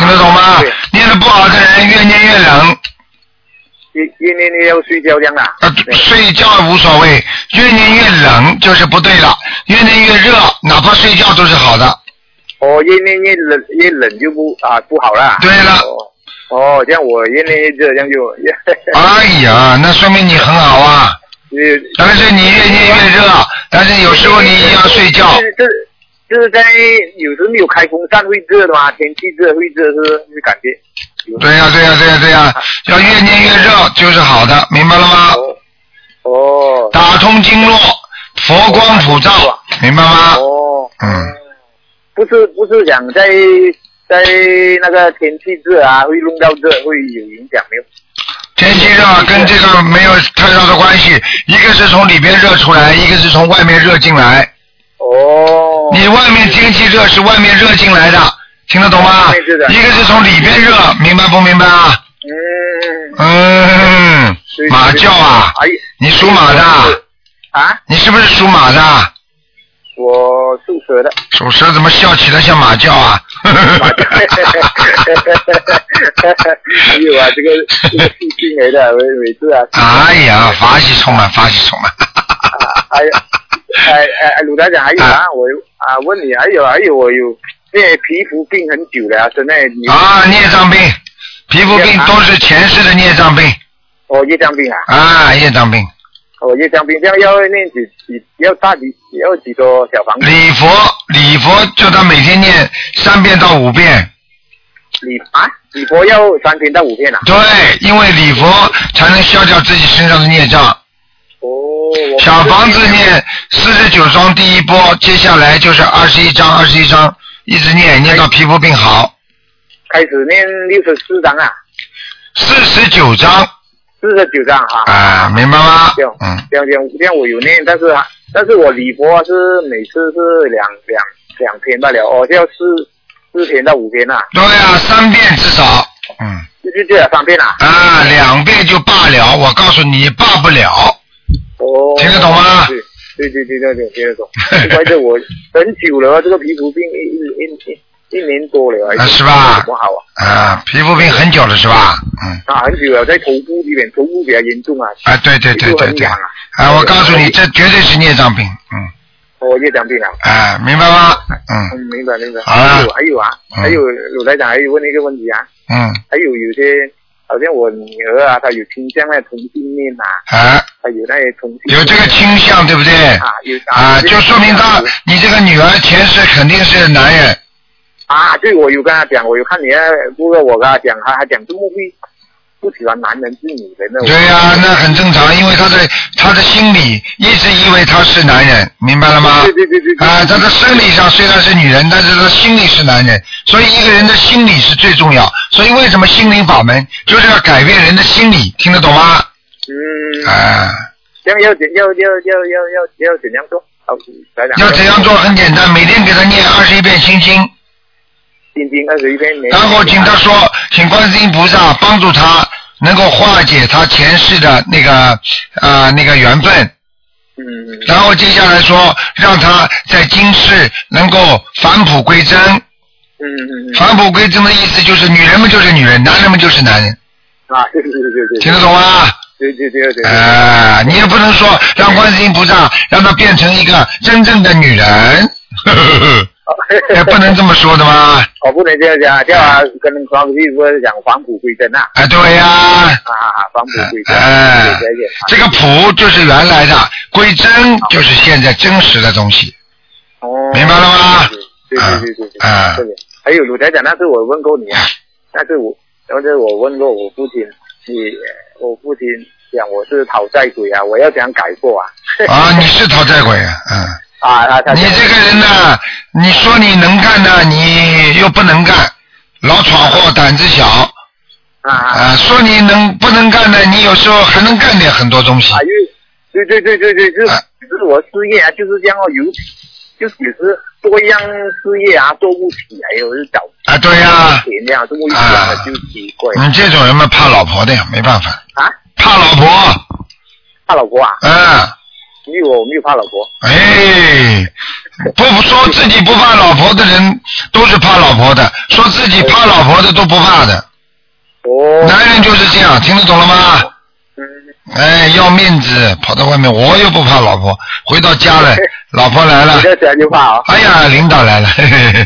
听得懂吗对？念的不好的人，越念越冷，越越念越要睡觉这样啊？呃，睡觉无所谓，越念越冷就是不对了，越念越热，哪怕睡觉都是好的。哦，越念越冷，越冷就不啊不好啦。对了哦，哦，这样我越念越热，这样就 越。哎呀，那说明你很好啊。越但是你越念越热，但是有时候你也要睡觉。呃就是就是就是在有时候没有开风扇会热的嘛，天气热会热是会感觉。对呀、对呀、对呀、对呀、要越念越热就是好的，明白了吗？哦哦打通经络，佛光普照，明白吗？哦，嗯，不是不是讲在在那个天气热啊，会弄到热会有影响没有？天气热跟这个没有太大的关系，一个是从里边热出来，一个是从外面热进来。哦，你外面天气热是外面热进来的，听得懂吗？对是的一个是从里边热，明白不明白啊？嗯，嗯，对马叫啊，哎你属马的，啊，你是不是属马的？啊我属蛇 的， 属蛇怎么笑起来像马叫啊？马叫哎呦啊，这个这个细菌来的，每每次啊，哎呀，法喜充满，法喜充满。 还有，哎哎哎，鲁台长，还有啊，我啊问你，还有还有我有那皮肤病很久了啊，真的，你啊，孽障病，皮肤病都是前世的孽障病我叶障病啊。啊，孽障病。哦，叶江冰箱要念几几要大几要几多小房子？礼佛，礼佛叫他每天念三遍到五遍。礼啊，礼佛要三天到五天啊。对，因为礼佛才能消掉自己身上的孽障。哦，我小房子念四十九章第一波，接下来就是二十一章，二十一章一直念，念到皮肤病好。开始念六十四章啊，四十九章四十九章啊。哦啊，明白吗这样？嗯，这样这样这样我有念，但是啊但是我礼佛是每次是两两两天罢了，哦，就要四四天到五天啊，对啊，三遍至少。嗯就就就要三遍啊。啊，两遍就罢了，我告诉你罢不了。哦，听得懂吗对对对对对对，听得懂。怪着我很久了，这个皮肤病一一一一一年多了，啊是吧怎么好啊？啊，皮肤病很久了是吧？嗯。啊，很久了，在头部这边，头部比较严重啊。啊，对对对皮肤对很对，痒啊啊，我告诉你，这绝对是孽障病，嗯，我业障病了。哎，明白吗？嗯嗯，明白明白。好了还有还有啊，还有鲁台长还有问一个问题啊，嗯，还有有些好像我女儿啊，她有倾向那同性恋啊，哎，她有那些同性恋有这个倾向对不对？啊，有啊，有这就个说明他你这个女儿前世肯定是男人，啊，对我有跟她讲，我有看你啊，不过我跟她讲，她她讲怎么会不喜欢男人是女人呢？我对呀、那很正常，因为他的他的心理一直以为他是男人，明白了吗？对对对对对啊，他的生理上虽然是女人，但是他心里是男人，所以一个人的心理是最重要。所以为什么心灵法门就是要改变人的心理，听得懂吗？嗯，啊，要要怎要要要要要要怎样做？好，台长要怎样做？很简单，每天给他念二十一遍心经，今天二十一天没。然后请他说，请观世音菩萨帮助他能够化解他前世的那个啊、那个缘分。嗯，然后接下来说，让他在今世能够返璞归真。嗯嗯嗯返璞归真的意思就是，女人们就是女人，男人们就是男人，啊，对对对对对，听得懂吗？对对对对对，哎，你也不能说让观世音菩萨让她变成一个真正的 女人， 呵呵呵，哎，不能这么说的吗？我不能这样讲，这样啊跟黄皮肤讲返璞归真呐，哎，对呀、啊啊，返璞归真，哎对对对，这个璞就是原来的，归真就是现在真实的东西。哦，明白了吗对对对对对啊啊对，对的。还有鲁台长，那次我问过你啊，那次我，那次我问过我父亲，你我父亲讲我是讨债鬼啊，我要怎样改过啊？啊，你是讨债鬼啊，嗯。啊，他他你这个人呢，你说你能干呢，你又不能干，老闯祸，胆子小啊、啊啊说你能不能干呢？你有时候还能干点很多东西啊，因为对对对对对，就是、啊就是我失业啊，就是这样哦，有就只是多样失业啊，做不起来，有时找啊。对呀、钱这样，做不起来啊就奇怪你这种人嘛，怕老婆的呀，没办法，啊。怕老婆，怕老婆啊？嗯，没有，我没有怕老婆。哎，不说自己不怕老婆的人都是怕老婆的，说自己怕老婆的都不怕的，哦，男人就是这样，听得懂了吗？嗯，哎，要面子，跑到外面，我又不怕老婆，回到 家了，老婆来了你，这人就怕啊。哎呀，领导来了，嘿嘿嘿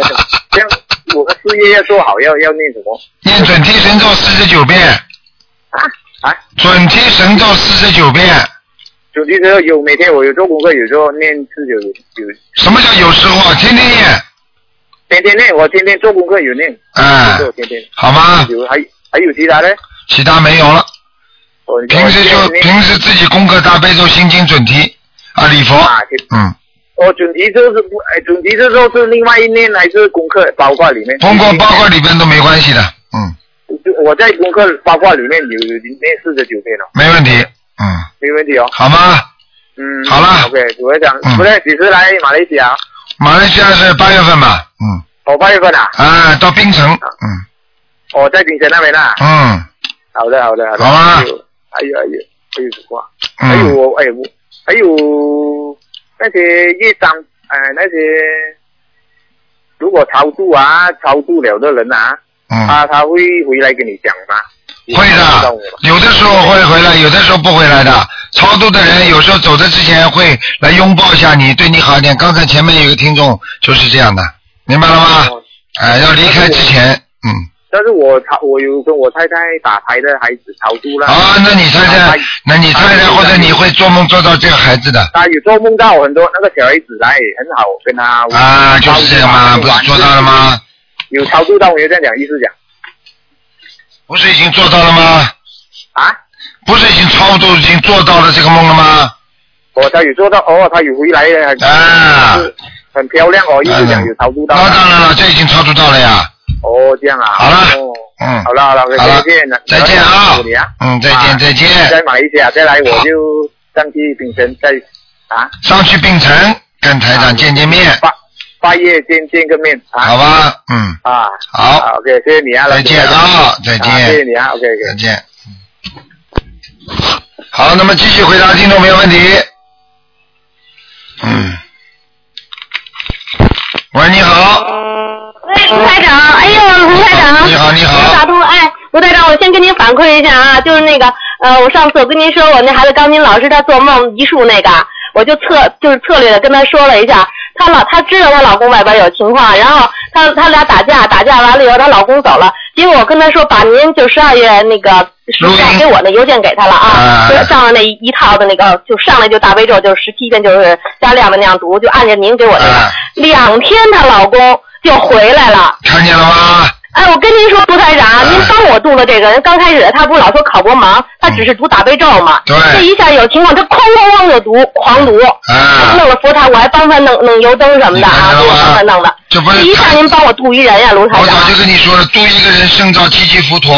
这样，我的事业要做好，要要那什么念准提神咒四十九遍，啊啊？准提神咒四十九遍。主题时候有每天我有做功课，有时候念是有有什么叫有时候啊？天天念，天天念，我天天做功课有念，哎、做天天好吗？有还还有其他哦的？其他没有了，我平时就我念平时自己功课大悲咒、心经、准提啊，礼佛，啊，其嗯，哦，准提咒是不？哎，准提咒是另外一念还是功课包括里面？通过包括里边都没关系的，嗯，就我在功课包括里面有有念四十九遍了，没问题，嗯，没问题哦。好吗？嗯，好了 OK，主会长嗯，不对，几时来马来西亚？马来西亚是八月份吧？嗯，我八月份啊，啊，到槟城，嗯我在槟城那边啊。嗯好的，好的，好的。好啊还有，还有，还有，还有什么啊？还有嗯，我，哎我，还有那些业障，哎、那些如果超度啊，超度了的人啊，嗯，他他会回来跟你讲吗？会你知道的我吗，有的时候会回来，有的时候不回来的。超度的人有时候走的之前会来拥抱一下你，对你好一点。刚才前面有个听众就是这样的，明白了吗？哦哎，要离开之前，嗯，但是我超，我有跟我太太打牌的孩子超度了，啊，那你猜啊猜，那你猜猜，啊或者你会做梦做到这个孩子的他有做梦到很多那个小孩子来很好，跟他啊，就是这样吗？不是做到了？吗？有超度到，我就这样讲，意思讲不是已经做到了吗？啊，不是已经超度，已经做到了这个梦了吗？哦，他有做到，哦，他有回来的，很啊，很漂亮哦，一直讲有超度到。那当然了，这已经超度到了呀。哦，这样啊。好了哦，嗯好，了好了，好了再见，再见啊辛苦你啊，嗯，再见啊再再见。买一下，再来好我就上去秉承再啊，上去病城跟台长见见面，八八月见见个面啊。好吧？嗯，啊，好， ，OK，谢谢你啊，再见啊，再老师啊谢谢见，你啊，OK，再见。好，那么继续回答听众朋友问题。嗯，喂，你好，喂，卢台长，哎呦，卢台长，你好，你我打好，通了，哎，卢台长，我先跟您反馈一下啊，就是那个，呃，我上次我跟您说，我那孩子刚您老师他做梦一术那个，我就策就是策略的跟她说了一下，她老她知道她老公外边有情况，然后她她俩打架，打架完了以后她老公走了，结果我跟她说把您就十二月那个暑假给我的邮件给她了啊，就上了那一一套的那个就上来就大悲咒，就是十七天就是加量的那样读，就按照您给我的、啊两天她老公就回来了，看见了吗？啊哎，我跟您说，卢台长，您帮我度了这个人。刚开始他不是老说考国盲，他只是读打悲咒嘛。对这一下有情况，他哐哐哐就读，狂读。啊。弄了佛台，我还帮他弄弄油灯什么的啊，都帮他弄的。这不这一下您帮我度一人呀、卢台我长。早就跟你说了，度一个人胜造七级浮 屠。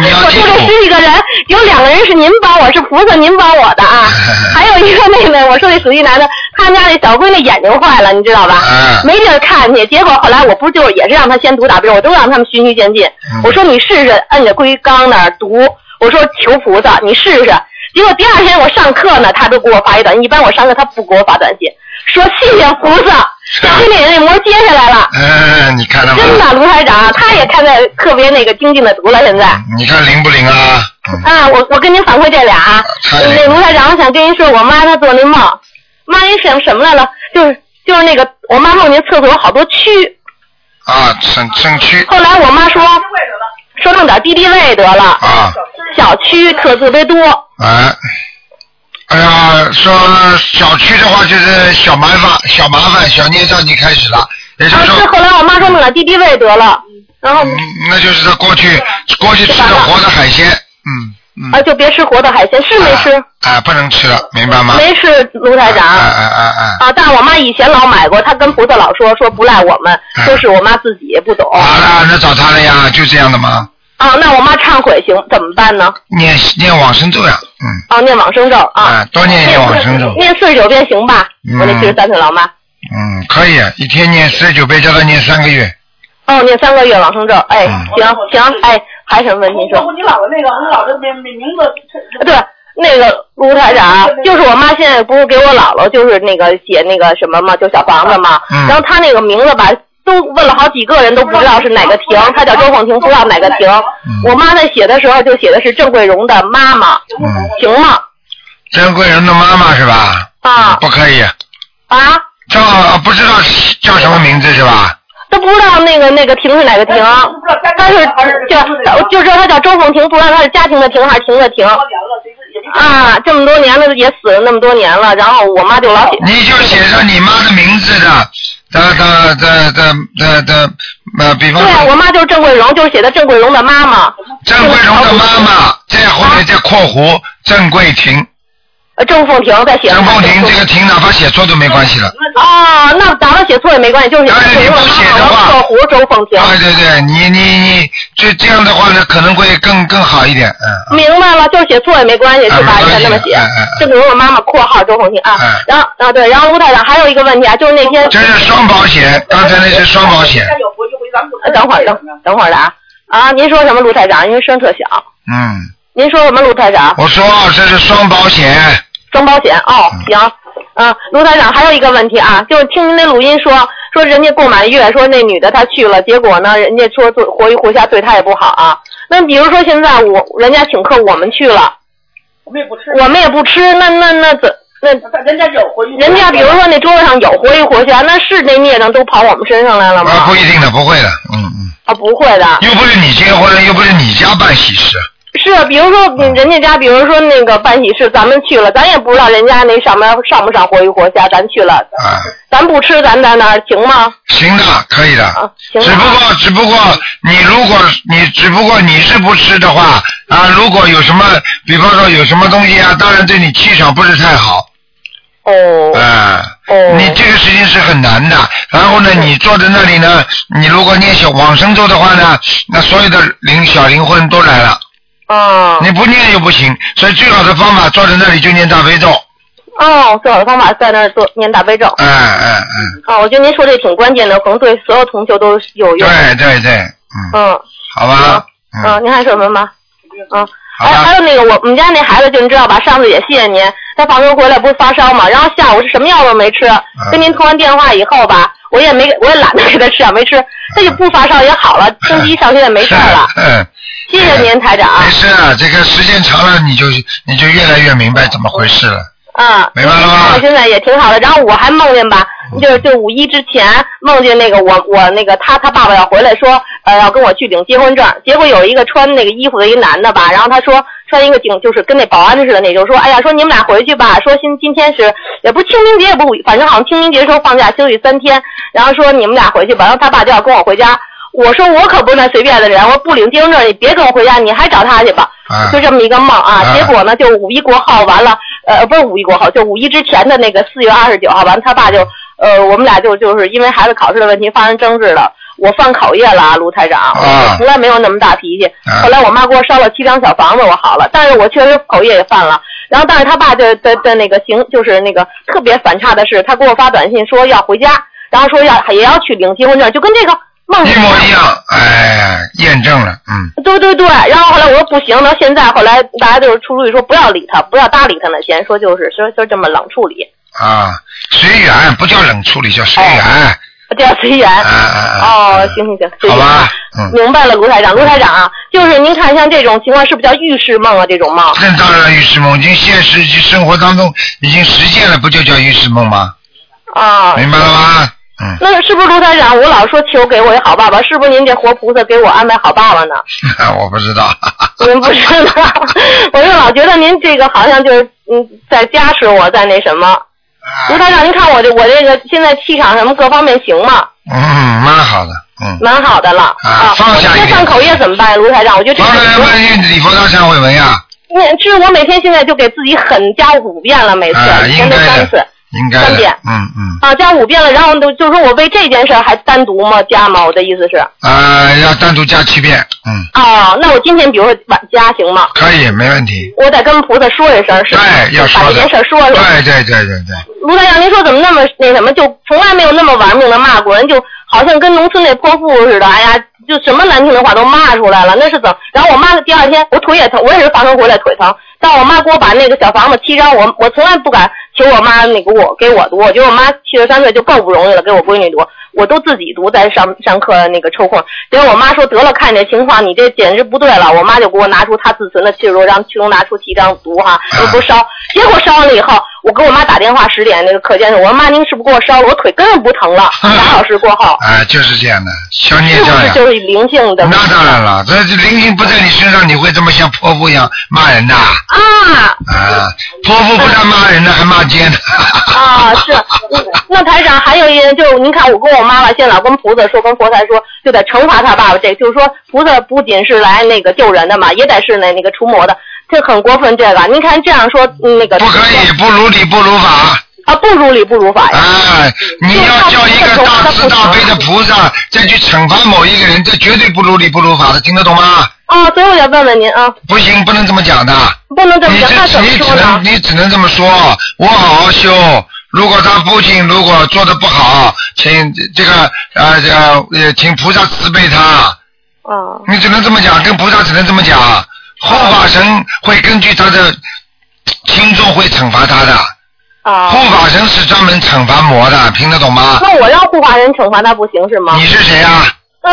你要我记度了住，十几个人，有两个人是您帮我，是菩萨您帮我的 啊。还有一个那个，我说那属于男的，他们家那小闺女眼睛坏了，你知道吧？嗯没地儿看去，结果后来我不是就是也是让他先读打比我都让他们循序渐进。嗯我说你试试摁着龟缸那儿读，我说求菩萨，你试试。结果第二天我上课呢，他都给我发一短信，一般我上课他不给我发短信，说谢谢菩萨，让黑脸那膜揭下来了。嗯，啊你看了吗？真的，卢台长，啊他也看在特别那个精进的读了，现在。你看灵不灵啊？啊，我我跟您反馈这俩、啊，哎那卢台长，我想跟您说，我妈她做那梦，妈您想什么来了？就是就是那个，我妈梦见厕所有好多蛆，啊，省省区后来我妈说说弄点敌敌畏得了，啊小蛆特特别多，啊！哎呀，说小区的话就是小麻烦，小麻烦，小孽障你开始了，也就是啊说嗯是后来我妈说弄点敌敌畏得了，然后、那就是他过去过去吃的活的海鲜，嗯，啊就别吃活的海鲜，是没吃、啊，不能吃了，明白吗？没吃，卢台长。啊啊啊啊！啊！但是我妈以前老买过，她跟菩萨老说说不赖我们，都是我妈自己不懂嗯好了，啊那找他了呀，就这样的吗？啊。那我妈忏悔行怎么办呢？念念往生咒呀，嗯，啊，念往生咒啊。啊，多念一念往生咒，念四十九遍行吧？嗯我那七十三岁老妈。嗯，可以，一天念四十九遍，叫他念三个月，哦，念三个月往生咒，嗯哎，行行，哎，还有什么问题说？你姥姥那个，你姥姥名名字，对，那个卢台长啊，就是我妈现在不是给我姥姥就是那个写那个什么嘛，就小房子嘛，嗯然后她那个名字吧。都问了好几个人都不知道是哪个婷，她叫周凤婷，不知道哪个婷。我妈在写的时候就写的是郑桂荣的妈妈，嗯，行吗？珍贵人的妈妈是吧？啊不可以，啊，叫啊不知道叫什么名字是吧？都不知道那个那个婷是哪个婷，但是就就知道她叫周凤婷，不知道她是家庭的婷还是婷的婷。啊，这么多年了，也死了那么多年了，然后我妈就老写你就写上你妈的名字的，的的的的的的，呃，比方对啊，说我妈就是郑桂荣，就是写的郑桂荣的妈妈，郑桂荣的妈妈，在后面再括弧郑桂婷，呃郑凤婷在写的。郑凤婷这个婷哪怕写错都没关系了。哦，那咱们写错也没关系，就是写郑桂荣的妈妈，我括弧周凤婷。啊对对对，你你你，这这样的话呢，可能会更更好一点，嗯，明白了，就是写错也没关啊系，是吧？应该那么写哎哎哎。郑桂荣的妈妈（括号周凤婷）啊哎，然后啊对，然后吴台长还有一个问题啊，就是那天这是双保险，刚才那是双保险，呃等会儿，等等会儿的啊！啊，您说什么卢台长？因为声特小。嗯，您说什么卢台长？我说这是双保险，双保险哦，嗯行。啊，卢台长还有一个问题啊，就是听您那录音说说人家过满月，说那女的她去了，结果呢，人家说做活鱼活虾对她也不好啊。那比如说现在我人家请客，我们去了，我们也不吃。我们也不吃，那那那怎那人家有活鱼，人家比如说那桌上有活鱼活虾，那是那孽障都跑我们身上来了吗？啊，不一定的，不会的，嗯嗯，啊，不会的。又不是你结婚，又不是你家办喜事，是，比如说嗯人家家，比如说那个办喜事，咱们去了，咱也不知道人家那上面上不上活鱼活虾，咱去了，啊，咱不吃，咱在那儿行吗？行的，可以的。行只不过，只不过你如果你只不过你是不吃的话啊，如果有什么，比方说有什么东西啊，当然对你气场不是太好。哦。啊。哦。你这个事情是很难的。然后呢，你坐在那里呢，你如果念小往生咒的话呢，那所有的灵小灵魂都来了。哦。你不念又不行，所以最好的方法坐在那里就念大悲咒。哦，最好的方法在那儿做念大悲咒。嗯嗯嗯，啊，我觉得您说这挺关键的，可能对所有同学都有用。对对对，嗯好吧。嗯、您还有什么吗？嗯。还还有那个我我们家那孩子，就你知道吧？上次也谢谢您，他放学回来不是发烧嘛，然后下午是什么药都没吃。跟您通完电话以后吧，我也没我也懒得给他吃药，没吃，他就不发烧也好了，星期一上学也没事儿了。嗯。谢谢您，台长。没事啊，这个时间长了，你就你就越来越明白怎么回事了。啊，明白了吗？嗯我现在也挺好的。然后我还梦见吧，就是就五一之前梦见那个我我那个他他爸爸要回来说，呃要跟我去领结婚证，结果有一个穿那个衣服的一男的吧，然后他说穿一个警就是跟那保安似的那种，说哎呀说你们俩回去吧，说今今天是也不是清明节也不五一，反正好像清明节的时候放假休息三天，然后说你们俩回去吧，然后他爸就要跟我回家。我说我可不是那随便的人，我不领结婚证，你别跟我回家，你还找他去吧。啊就这么一个梦啊啊，结果呢，就五一国号完了，呃，不是五一国号，就五一之前的那个四月二十九号，完了他爸就，呃，我们俩就就是因为孩子考试的问题发生争执了。我犯口业了啊，卢台长，啊我从来没有那么大脾气。啊后来我妈给我烧了七张小房子，我好了，但是我确实口业也犯了。然后，但是他爸的的的那个行，就是那个特别反差的是，他给我发短信说要回家，然后说要也要去领结婚证，就跟这个梦一一模样一样，哎，验证了，嗯，对对对，然后后来我说不行，到现在后来大家就是出主意说不要理他，不要搭理他了，先说就是说就这么冷处理，啊，随缘，不叫冷处理，叫随缘，这样随缘。啊啊啊，哎哦，行行行，随好缘吧啊，嗯，明白了，卢台长，卢台长啊，就是您看像这种情况是不是叫预示梦啊？这种梦这当然预示梦，已经现实生活当中已经实践了，不就叫预示梦吗？啊，明白了吗？嗯，那是不是卢台长？我老说求给我一好爸爸，是不是您这活菩萨给我安排好爸 爸呢？我不知道，您不知道，我就老觉得您这个好像就是嗯在加持我，在那什么。啊卢台长，您看我这我这个现在气场什么各方面行吗？嗯，蛮好的，嗯，蛮好的了啊放我下一这点犯口业怎么办，卢台长？我觉得这当然要个，念礼佛大忏悔文呀，那是我每天现在就给自己狠加五遍了，每次啊，一应天都该三次的，应该三的遍，嗯嗯，啊，加五遍了。然后就就说我为这件事儿还单独吗加吗？我的意思是，啊，要单独加七遍，嗯，啊，那我今天比如说晚加行吗？可以，没问题，我得跟菩萨说一声，是吧对，要把说这的件，事儿说说。对对对对对。卢台长，您说怎么那么那什么，就从来没有那么玩命的骂过人，就好像跟农村那泼妇似的，哎呀，就什么难听的话都骂出来了，那是怎么？然后我妈第二天我腿也疼，我也是放学回来腿疼，但我妈给我把那个小房子七张，我我从来不敢求我妈那个我给我读，我觉得我妈七十三岁就够不容易了，给我闺女读，我都自己读，在上上课那个抽空，结果我妈说得了，看你这情况，你这简直不对了。我妈就给我拿出她自存的七十多张，其中拿出七张读 哈，又不烧。结果烧完了以后，我给我妈打电话十点那个课间，我说妈您是不是给我烧了？我腿根本不 疼了。俩小时过后，啊，就是这样的，消孽是不障是呀。就是灵性的那当然了，这这灵性不在你身上，你会这么像泼妇一样骂人的啊？啊泼妇不但骂人的，还骂街呢。 啊是。那台长还有一人就是您看我跟我妈妈现在老跟菩萨说，跟佛台说，就得惩罚他爸爸。这就是说菩萨不仅是来那个救人的嘛，也得是那那个除魔的。这很过分，这个您看这样说，嗯那个不可以，不如理不如法啊，不如理不如法呀。啊！你要叫一个大慈大悲的菩萨再去惩罚某一个人，这绝对不如理不如法的，听得懂吗？啊，所以我想问问您啊，不行，不能这么讲的。不能这么你讲，那这怎么你只说能呢？你只能这么说，我好好修。如果他父亲如果做的不好，请这个呃这个呃，请菩萨慈悲他。啊你只能这么讲，跟菩萨只能这么讲。哦护法神会根据他的轻重会惩罚他的，护啊，法神是专门惩罚魔的，听得懂吗？那我让护法人惩罚他不行是吗？你是谁 啊？嗯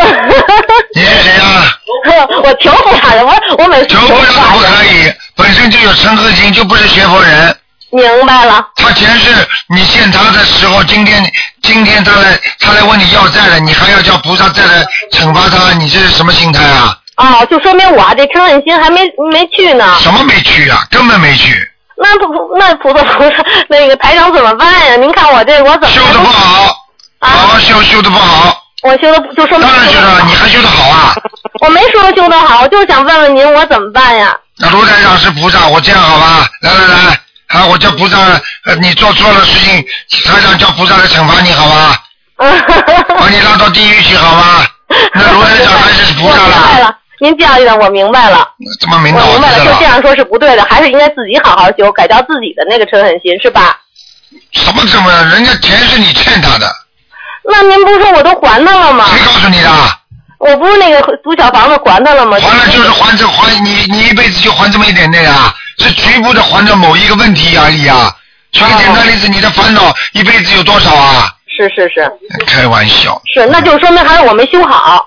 你是谁啊？ 我求护法人，我我每次求护不了法不人，可以，本身就有嗔恨心，就不是学佛人。明白了他前世你欠他的时候，今天今天他来他来问你要债了，你还要叫菩萨再来惩罚他，你这是什么心态啊？啊，就说明我啊这嗔恨心还没没去呢。什么没去啊？根本没去，那不那菩萨菩萨那个台长怎么办呀？您看我这我怎修的么不好，好啊？好修修的不好，我修的就说明当然修了，你还修的好啊？我没说修的好，我就是想问问您我怎么办呀？那卢台长是菩萨，我这样好吧？来来来，啊，我叫菩萨，呃，你做错了事情，台长叫菩萨来惩罚你好 吧？嗯把你拉到地狱去好吧？那卢台长还是菩我萨明了，白了，您教育的我明白了。这么明我道明白知了，道就这了。样说是不对的，还是应该自己好好修，改掉自己的那个嗔恨心，是吧？什么什么？人家钱是你欠他的，那您不是说我都还他了吗？谁告诉你的？我不是那个租小房子还他了吗？还了就是还这还你你一辈子就还这么一点点啊，是局部的还着某一个问题而已啊。举个简单例子，你的烦恼一辈子有多少啊？是是是开玩笑，是，那就说明还是我没修好，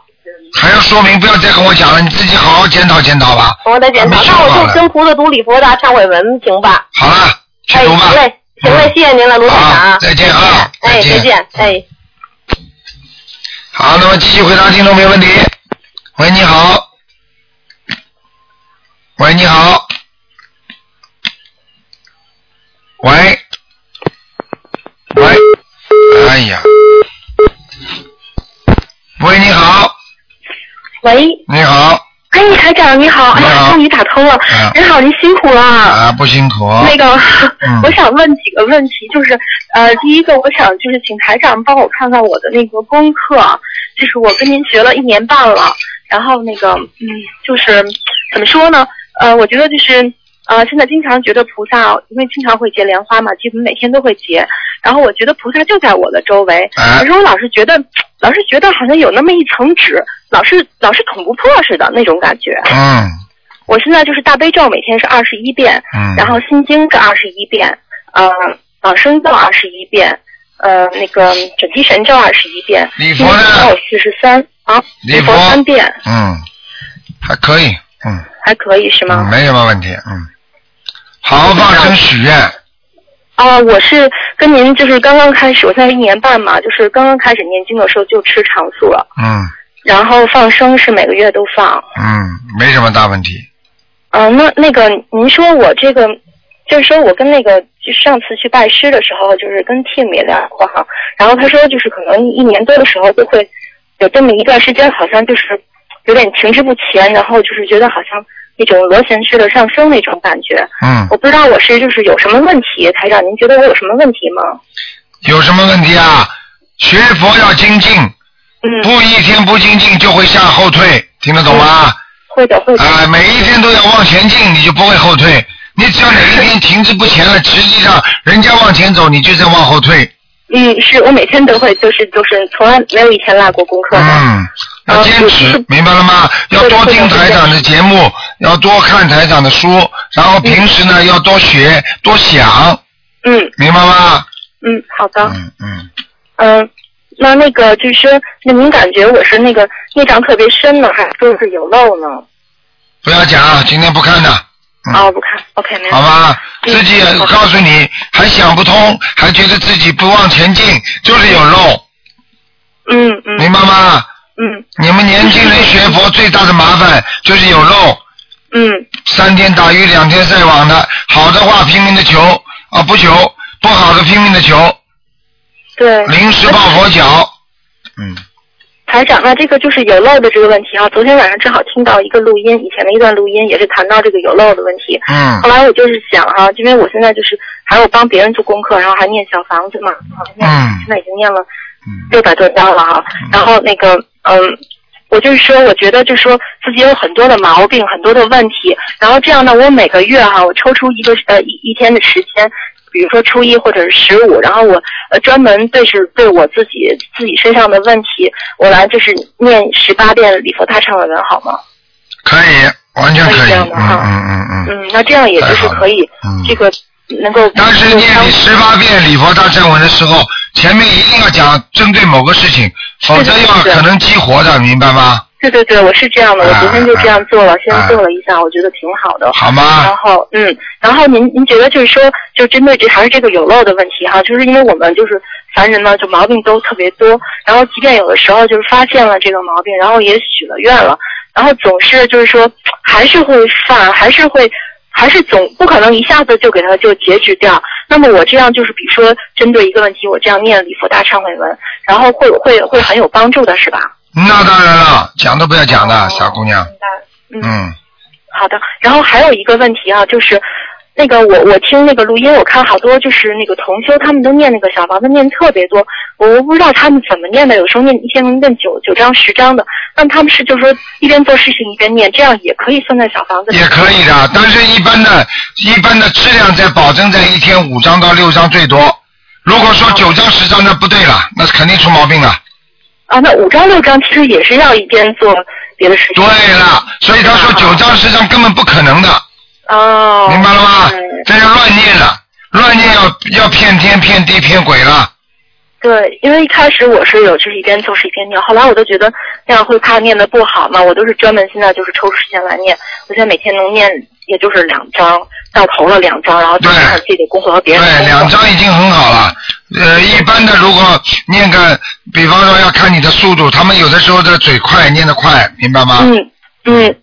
还要说明，不要再跟我讲了，你自己好好检讨检讨吧。我得检讨。没修那好我了就跟菩萨读礼佛大忏悔文行吧？好了，去哎，读吧行嘞，行嘞，谢谢您了，卢台长啊。嗯再见啊，哎，再见，哎。好，那么继续回答听众没问题。喂，你好。喂，你好。喂。喂。哎呀。喂，你好，喂，你好哎，台长你好，哎呀，终于打通了，您好，您辛苦了。嗯啊，不辛苦。那个， 我想问几个问题，就是呃，第一个，我想就是请台长帮我看看我的那个功课，啊就是我跟您学了一年半了，然后那个，嗯，就是怎么说呢？呃，我觉得就是呃，现在经常觉得菩萨，因为经常会结莲花嘛，基本每天都会结，然后我觉得菩萨就在我的周围，可是我老是觉得，老是觉得好像有那么一层纸，老是老是捅不破似的那种感觉。嗯我现在就是大悲咒每天是二十一遍，嗯然后心经是二十一遍，呃，往生咒二十一遍，呃，那个准提神咒二十一遍，礼佛呢？有四十三啊，礼佛佛三遍，嗯，还可以，嗯，还可以是吗？没什么问题，嗯。好好放生许愿，啊、我是跟您就是刚刚开始，我现在一年半嘛，就是刚刚开始念经的时候就吃长素了，嗯然后放生是每个月都放，嗯，没什么大问题。啊，那那个您说我这个，就是说我跟那个就上次去拜师的时候，就是跟 Tim 也聊过哈，然后他说就是可能一年多的时候就会有这么一段时间，好像就是有点停滞不前，然后就是觉得好像那种螺旋式的上升那种感觉。嗯我不知道我是就是有什么问题，台长，您觉得我有什么问题吗？有什么问题啊？学佛要精进，嗯不一天不精进就会向后退，听得懂吗？嗯会的，会的。啊、每一天都要往前进，你就不会后退。你只要哪一天停滞不前了，实际上人家往前走，你就在往后退。嗯，是我每天都会，就是就是从来没有以前落过功课的。嗯，要啊坚持，明白了吗？要多听台长的节目，要多看台长的书，然后平时呢要多学多想。嗯，明白吗？嗯，好的。嗯嗯。嗯，那那个就是，那您感觉我是那个孽障特别深呢，还是说是有漏呢？不要讲，啊今天不看的。嗯、啊，不看，OK，没有。嗯好吧，自己也告诉你，还想不通，还觉得自己不往前进，就是有漏。嗯嗯。明白吗？嗯。你们年轻人学佛最大的麻烦就是有漏。嗯。三天打鱼两天晒网的，好的话拼命的求啊不求，不好的拼命的求，对。临时抱佛脚。嗯。台长，那这个就是有漏的这个问题啊。昨天晚上正好听到一个录音，以前的一段录音也是谈到这个有漏的问题。嗯后来我就是想啊，因为我现在就是还有帮别人做功课，然后还念小房子嘛，啊念嗯现在已经念了六百多章了哈。然后那个嗯，我就是说，我觉得就是说自己有很多的毛病，很多的问题。然后这样呢，我每个月哈、我抽出一个呃一一天的时间，比如说初一或者是十五，然后我呃专门对是对我自己自己身上的问题，我来就是念十八遍礼佛大忏悔文，好吗？可以，完全可以。这样嗯的哈嗯嗯嗯。嗯，那这样也就是可以，这个能够。但是念你十八遍礼佛大忏文的时候，前面一定要讲针对某个事情，否则对对要对可能激活的，明白吗？对对对，我是这样的，我昨天就这样做了，先啊做了一下，我觉得挺好的。好吗然后，嗯，然后您您觉得就是说，就针对这还是这个有漏的问题哈，就是因为我们就是凡人呢，就毛病都特别多，然后即便有的时候就是发现了这个毛病，然后也许了愿了，然后总是就是说还是会犯，还是会。还是总不可能一下子就给它就截止掉。那么我这样就是，比如说针对一个问题，我这样念礼佛大忏悔文，然后会会会很有帮助的，是吧？那当然了，讲都不要讲的，傻姑娘。嗯，好的，然后还有一个问题啊，就是那个我我听那个录音，我看好多就是那个同修他们都念那个小房子念特别多，我我不知道他们怎么念的，有时候念一天能念九九章十章的，那他们是就是说一边做事情一边念，这样也可以算在小房子里。也可以的，但是一般的、一般的质量在保证在一天五张到六张最多。如果说九张十张，那不对了，那肯定出毛病了。啊，那五章六章其实也是要一边做别的事情。对了，所以他说九张十张根本不可能的。哦。明白了吗？这是乱念了，乱念要要骗天骗地骗鬼了。对，因为一开始我是有就是一边抽是一边念，后来我就觉得那样会怕念的不好嘛，我都是专门现在就是抽出时间来念，我现在每天能念也就是两章，到头了两章，然后就看自己的功课和别人的对，功课哎两张已经很好了。呃，一般的如果念个，比方说要看你的速度，他们有的时候的嘴快，念得快，明白吗？嗯嗯，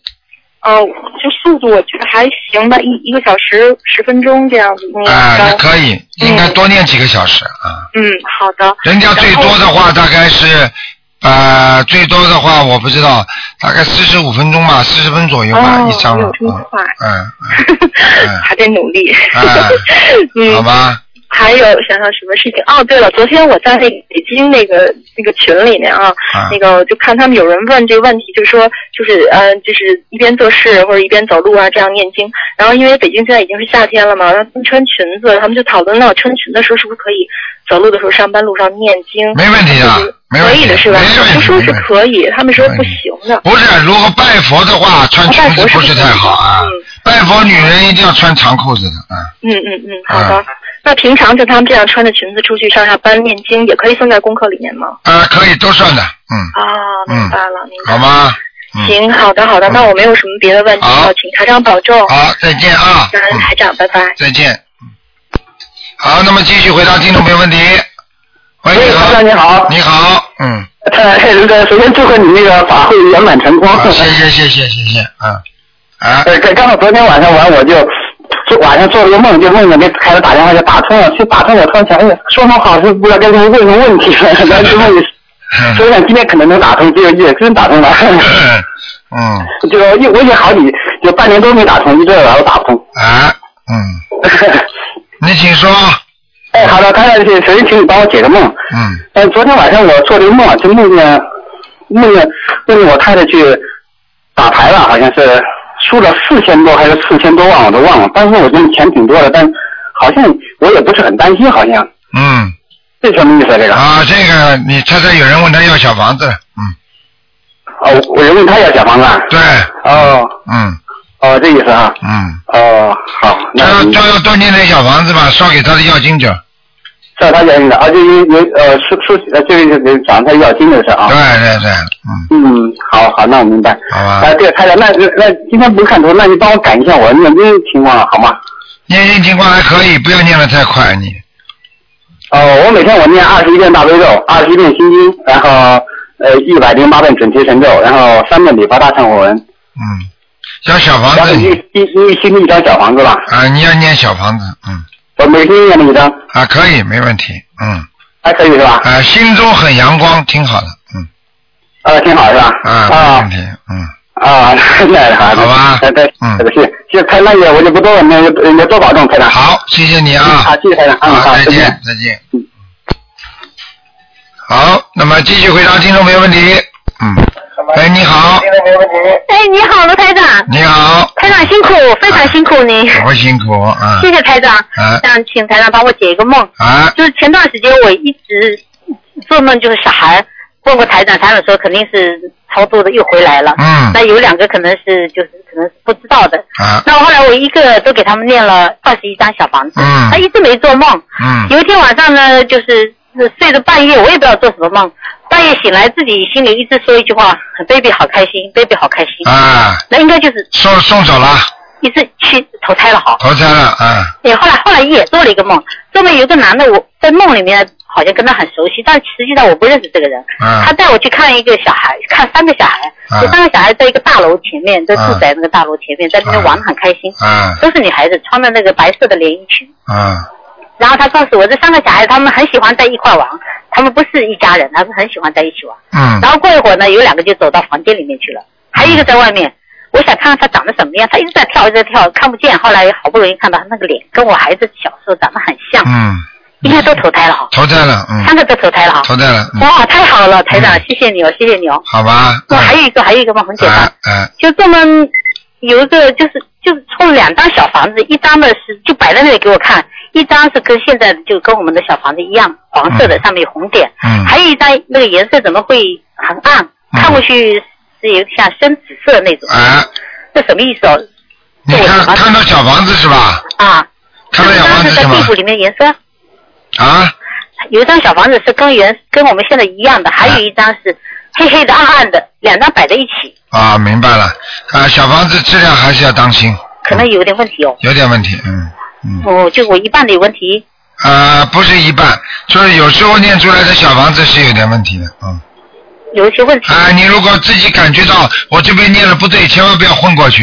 呃，就速度我觉得还行吧，一一个小时十分钟这样子念一啊、章。那可以，应该多念几个小时啊。嗯，好的。人家最多的话大概是，呃，最多的话我不知道，大概四十五分钟吧，四十分左右吧，哦一张了有。这么快，嗯，还得努力。啊 嗯，好吧，还有想想什么事情？哦，对了，昨天我在那个北京那个那个群里面啊，啊那个就看他们有人问这个问题，就说就是呃，就是一边做事或者一边走路啊，这样念经。然后因为北京现在已经是夏天了嘛，然后穿裙子，他们就讨论到穿裙的时候是不是可以走路的时候上班路上念经？没问题啊就是没问可题以的是吧？没问题我说是可以，他们说不行的。不是，如果拜佛的话，穿裙子不是太好啊。拜佛女人一定要穿长裤子的啊。嗯嗯嗯，好的。那平常就他们这样穿着裙子出去上下班念经，也可以算在功课里面吗？啊，可以都算的，嗯，啊，明白了，明白好了。吗？行，好的，好的，那我没有什么别的问题了，请台长保重。好，再见啊！感恩台长，拜拜。再见。嗯好，那么继续回答听众朋友问题。喂，你好，你好，你好，嗯，哎，那个首先祝贺你那个法会圆满成功。好，谢谢，谢谢，谢谢，嗯，啊，对，刚刚好昨天晚上完我就做晚上做了个梦，就梦见给孩子打电话就打通了，去打通我突然想，哎呀，说梦好是不知道该问什么问题了，然后就梦里，所以想今天可能能打通，结果也真打通了，嗯， 就一我已经好几有半年多没打通，一直然后打不通。啊，你请说。哎，好的，刚才这首先请你帮我解个梦。嗯。呃，昨天晚上我做了一个梦，就梦见梦见梦见我太太去打牌了，好像是输了四千多还是四千多万，我都忘了。当时我觉得钱挺多的，但好像我也不是很担心，好像嗯，这什么意思啊？这个啊，这个你猜猜有人问他要小房子，嗯，哦，我人问他要小房子啊。对，哦嗯，哦，这意思啊。嗯。哦，好，那就要多念点小房子吧，烧给他的要经者。这他原因的啊，就因为呃输输呃这个就是长他要金的事啊。对对对，嗯，好好，那我明白。好吧啊，对，台长，那那今天不看图，那你帮我赶一下我念经情况好吗？念经情况还可以，不要念的太快，你哦、我每天我念二十一遍大悲咒，二十一遍心经，然后呃一百零八遍准提神咒，然后三遍礼佛大忏悔文，嗯，要小房然后子一一一一心一张小房子吧。啊，你要念小房子，嗯。我每天念一张。啊，可以，没问题，嗯。还可以是吧？啊，心中很阳光，挺好的，嗯。呃，挺好是吧？啊，没问题，嗯。啊， 那好，好吧，对对，嗯，是，谢台那也我就不多问，那也也多保重，台长。好，谢谢你啊。好，谢谢台长，嗯，好，啊再见，再见。好，那么继续回答听众朋友问题。嗯，喂，你好，哎，你好，罗台长。你好，台长辛苦，非常辛苦您。我辛苦啊。谢谢台长。啊想请台长帮我解一个梦。啊。就是前段时间我一直做梦，就是小孩问过台长，台长说肯定是超度的又回来了。嗯那有两个可能是就是可能是不知道的。啊那我后来我一个都给他们念了二十一张小房子，嗯他一直没做梦。嗯有一天晚上呢，就是呃睡到半夜，我也不知道做什么梦，半夜醒来自己心里一直说一句话：“baby 好开心，baby 好开心。”啊，那应该就是送送走了，一次去投胎了好。投胎了啊对，后来后来也做了一个梦，做梦有一个男的，我在梦里面好像跟他很熟悉，但实际上我不认识这个人。啊他带我去看一个小孩，看三个小孩，啊这三个小孩在一个大楼前面，在住宅那个大楼前面，在那边玩的很开心，啊都是女孩子，穿的那个白色的连衣裙。啊然后他告诉我，这三个小孩他们很喜欢在一块玩，他们不是一家人，他们很喜欢在一起玩。嗯然后过一会儿呢，有两个就走到房间里面去了，还有一个在外面。我想看看他长得什么样，他一直在跳，一直在跳，看不见。后来好不容易看到他那个脸，跟我孩子小时候长得很像，嗯，应该都投胎了哈，投胎了，嗯，三个都投胎了哈。投胎了，嗯，哇，太好了，台长，谢谢你哦，谢谢你哦。好吧，我还有一个，还有一个梦很简单，嗯啊就这么有一个就是就是冲两张小房子，一张的是就摆在那里给我看，一张是跟现在的就跟我们的小房子一样，黄色的上面有红点，嗯还有一张那个颜色怎么会很暗，看过去是有点像深紫色那种，啊，这什么意思哦？你看看到小房子是吧？啊，看到小房那子是在是吗地府里面的颜色啊，有一张小房子是跟原跟我们现在一样嗯的，还有一张是黑黑的、暗暗的，两张摆在一起，啊，明白了啊，小房子质量还是要当心，嗯可能有点问题哦。有点问题，嗯。哦，就我一半的有问题。啊，不是一半，就是有时候念出来的小房子是有点问题的，嗯。有一些问题。啊，你如果自己感觉到我这边念的不对，千万不要混过去。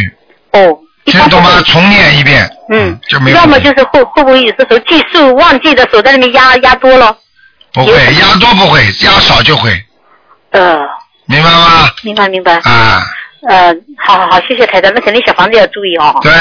哦。听懂吗？重念一遍。嗯。就没有。要么就是会会不会有的时候计数忘记的时候在那边压压多了？不会，压多不会，压少就会，呃，明白吗？明白明白。啊。呃，好好好，谢谢台长，那肯定小房子要注意哦。对。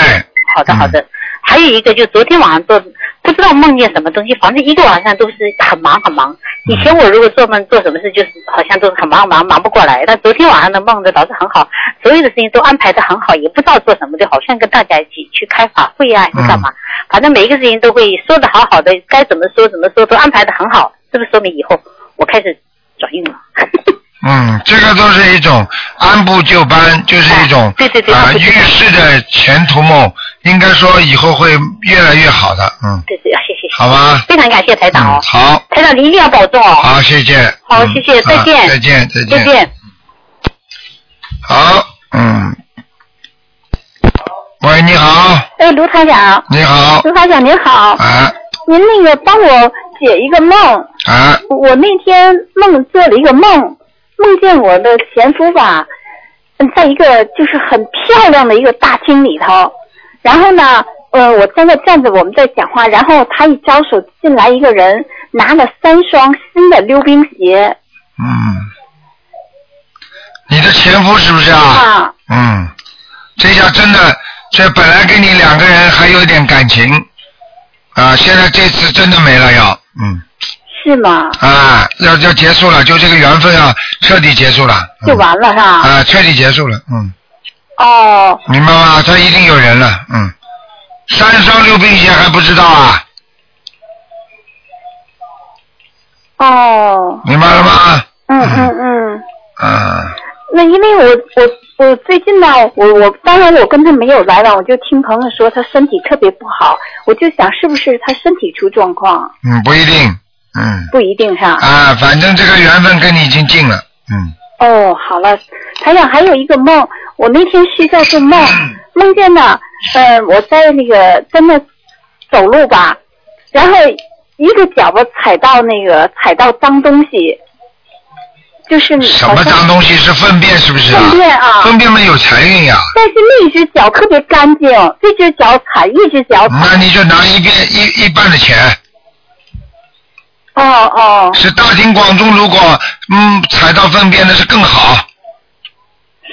好的好的，还有一个就昨天晚上做，不知道梦见什么东西，反正一个晚上都是很忙很忙。以前我如果做梦做什么事，就是好像都是很忙很忙忙不过来，但昨天晚上的梦的老是很好，所有的事情都安排的很好，也不知道做什么的，好像跟大家一起去开法会呀、还是干嘛，反正每一个事情都会说的好好的，该怎么说怎么说都安排的很好，是不是说明以后我开始转运了？嗯，这个都是一种按部就班，就是一种对对对啊按部就预班示的前途梦，应该说以后会越来越好的，嗯，对对，谢谢。好吧，嗯非常感谢台长哦，好，台长您一定要保重哦。好，谢谢，好，谢谢，再啊见，再见，再见，再见。好，嗯，喂，你好，哎，卢台长，你好，卢台长您好，啊您那个帮我解一个梦，啊，我那天梦做了一个梦，梦见我的前夫吧，嗯，在一个就是很漂亮的一个大厅里头，然后呢，呃，我在那站着，我们在讲话，然后他一招手进来一个人，拿了三双新的溜冰鞋，嗯，你的前夫是不是啊？啊，嗯，这下真的，这本来跟你两个人还有一点感情，啊，现在这次真的没了要，嗯。是吗？啊，要要结束了，就这个缘分啊，彻底结束了，就完了是吧？啊，彻底结束了，嗯，哦，明白吗？他一定有人了，嗯，三双溜冰鞋还不知道啊，哦，明白了吗？嗯嗯嗯。啊，那因为我我我最近呢，我我当然我跟他没有来往，我就听朋友说他身体特别不好，我就想是不是他身体出状况，嗯，不一定，嗯，不一定是吧？啊，反正这个缘分跟你已经尽了，嗯，哦，好了，台长还有一个梦，我那天睡觉 做梦，梦见呢，呃，我在那个在那走路吧，然后一个脚吧踩到那个踩到脏东西，就是什么脏东西是粪便是不是啊？粪便啊粪便嘛有财运呀、但是那只脚特别干净，这只脚踩，一只脚踩。那你就拿一边一一半的钱。哦哦。是大庭广众，如果嗯踩到粪便那是更好，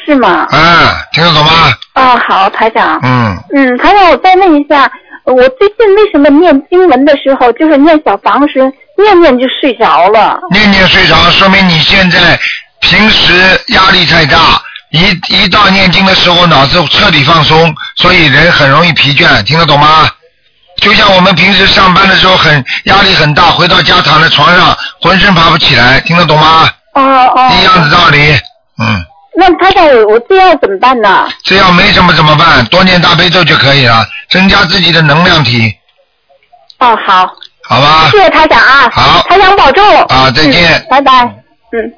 是吗？啊，听得懂吗？哦，好，台长。嗯，嗯，台长，我再问一下，呃我最近为什么念经文的时候，就是念小房时，念念就睡着了？念念睡着，说明你现在平时压力太大，一一到念经的时候脑子彻底放松，所以人很容易疲倦，听得懂吗？就像我们平时上班的时候很压力很大，回到家躺在床上浑身爬不起来，听得懂吗？哦哦。一样的道理，嗯，那台长，我我这要怎么办呢？这要没什么怎么办？多念大悲咒就可以了，增加自己的能量体，哦，好，好吧？谢谢台长啊。好台长保重。啊再见嗯拜拜。嗯，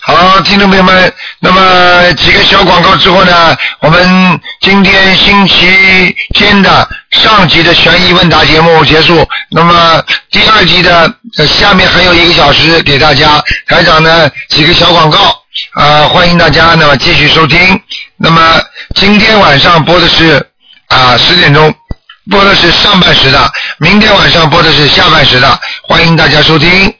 好，听众朋友们，那么几个小广告之后呢，我们今天星期天的上集的悬疑问答节目结束。那么第二集的、呃下面还有一个小时给大家，台长呢几个小广告啊、呃欢迎大家那么继续收听。那么今天晚上播的是啊十、10点钟。播的是上半时的，明天晚上播的是下半时的，欢迎大家收听。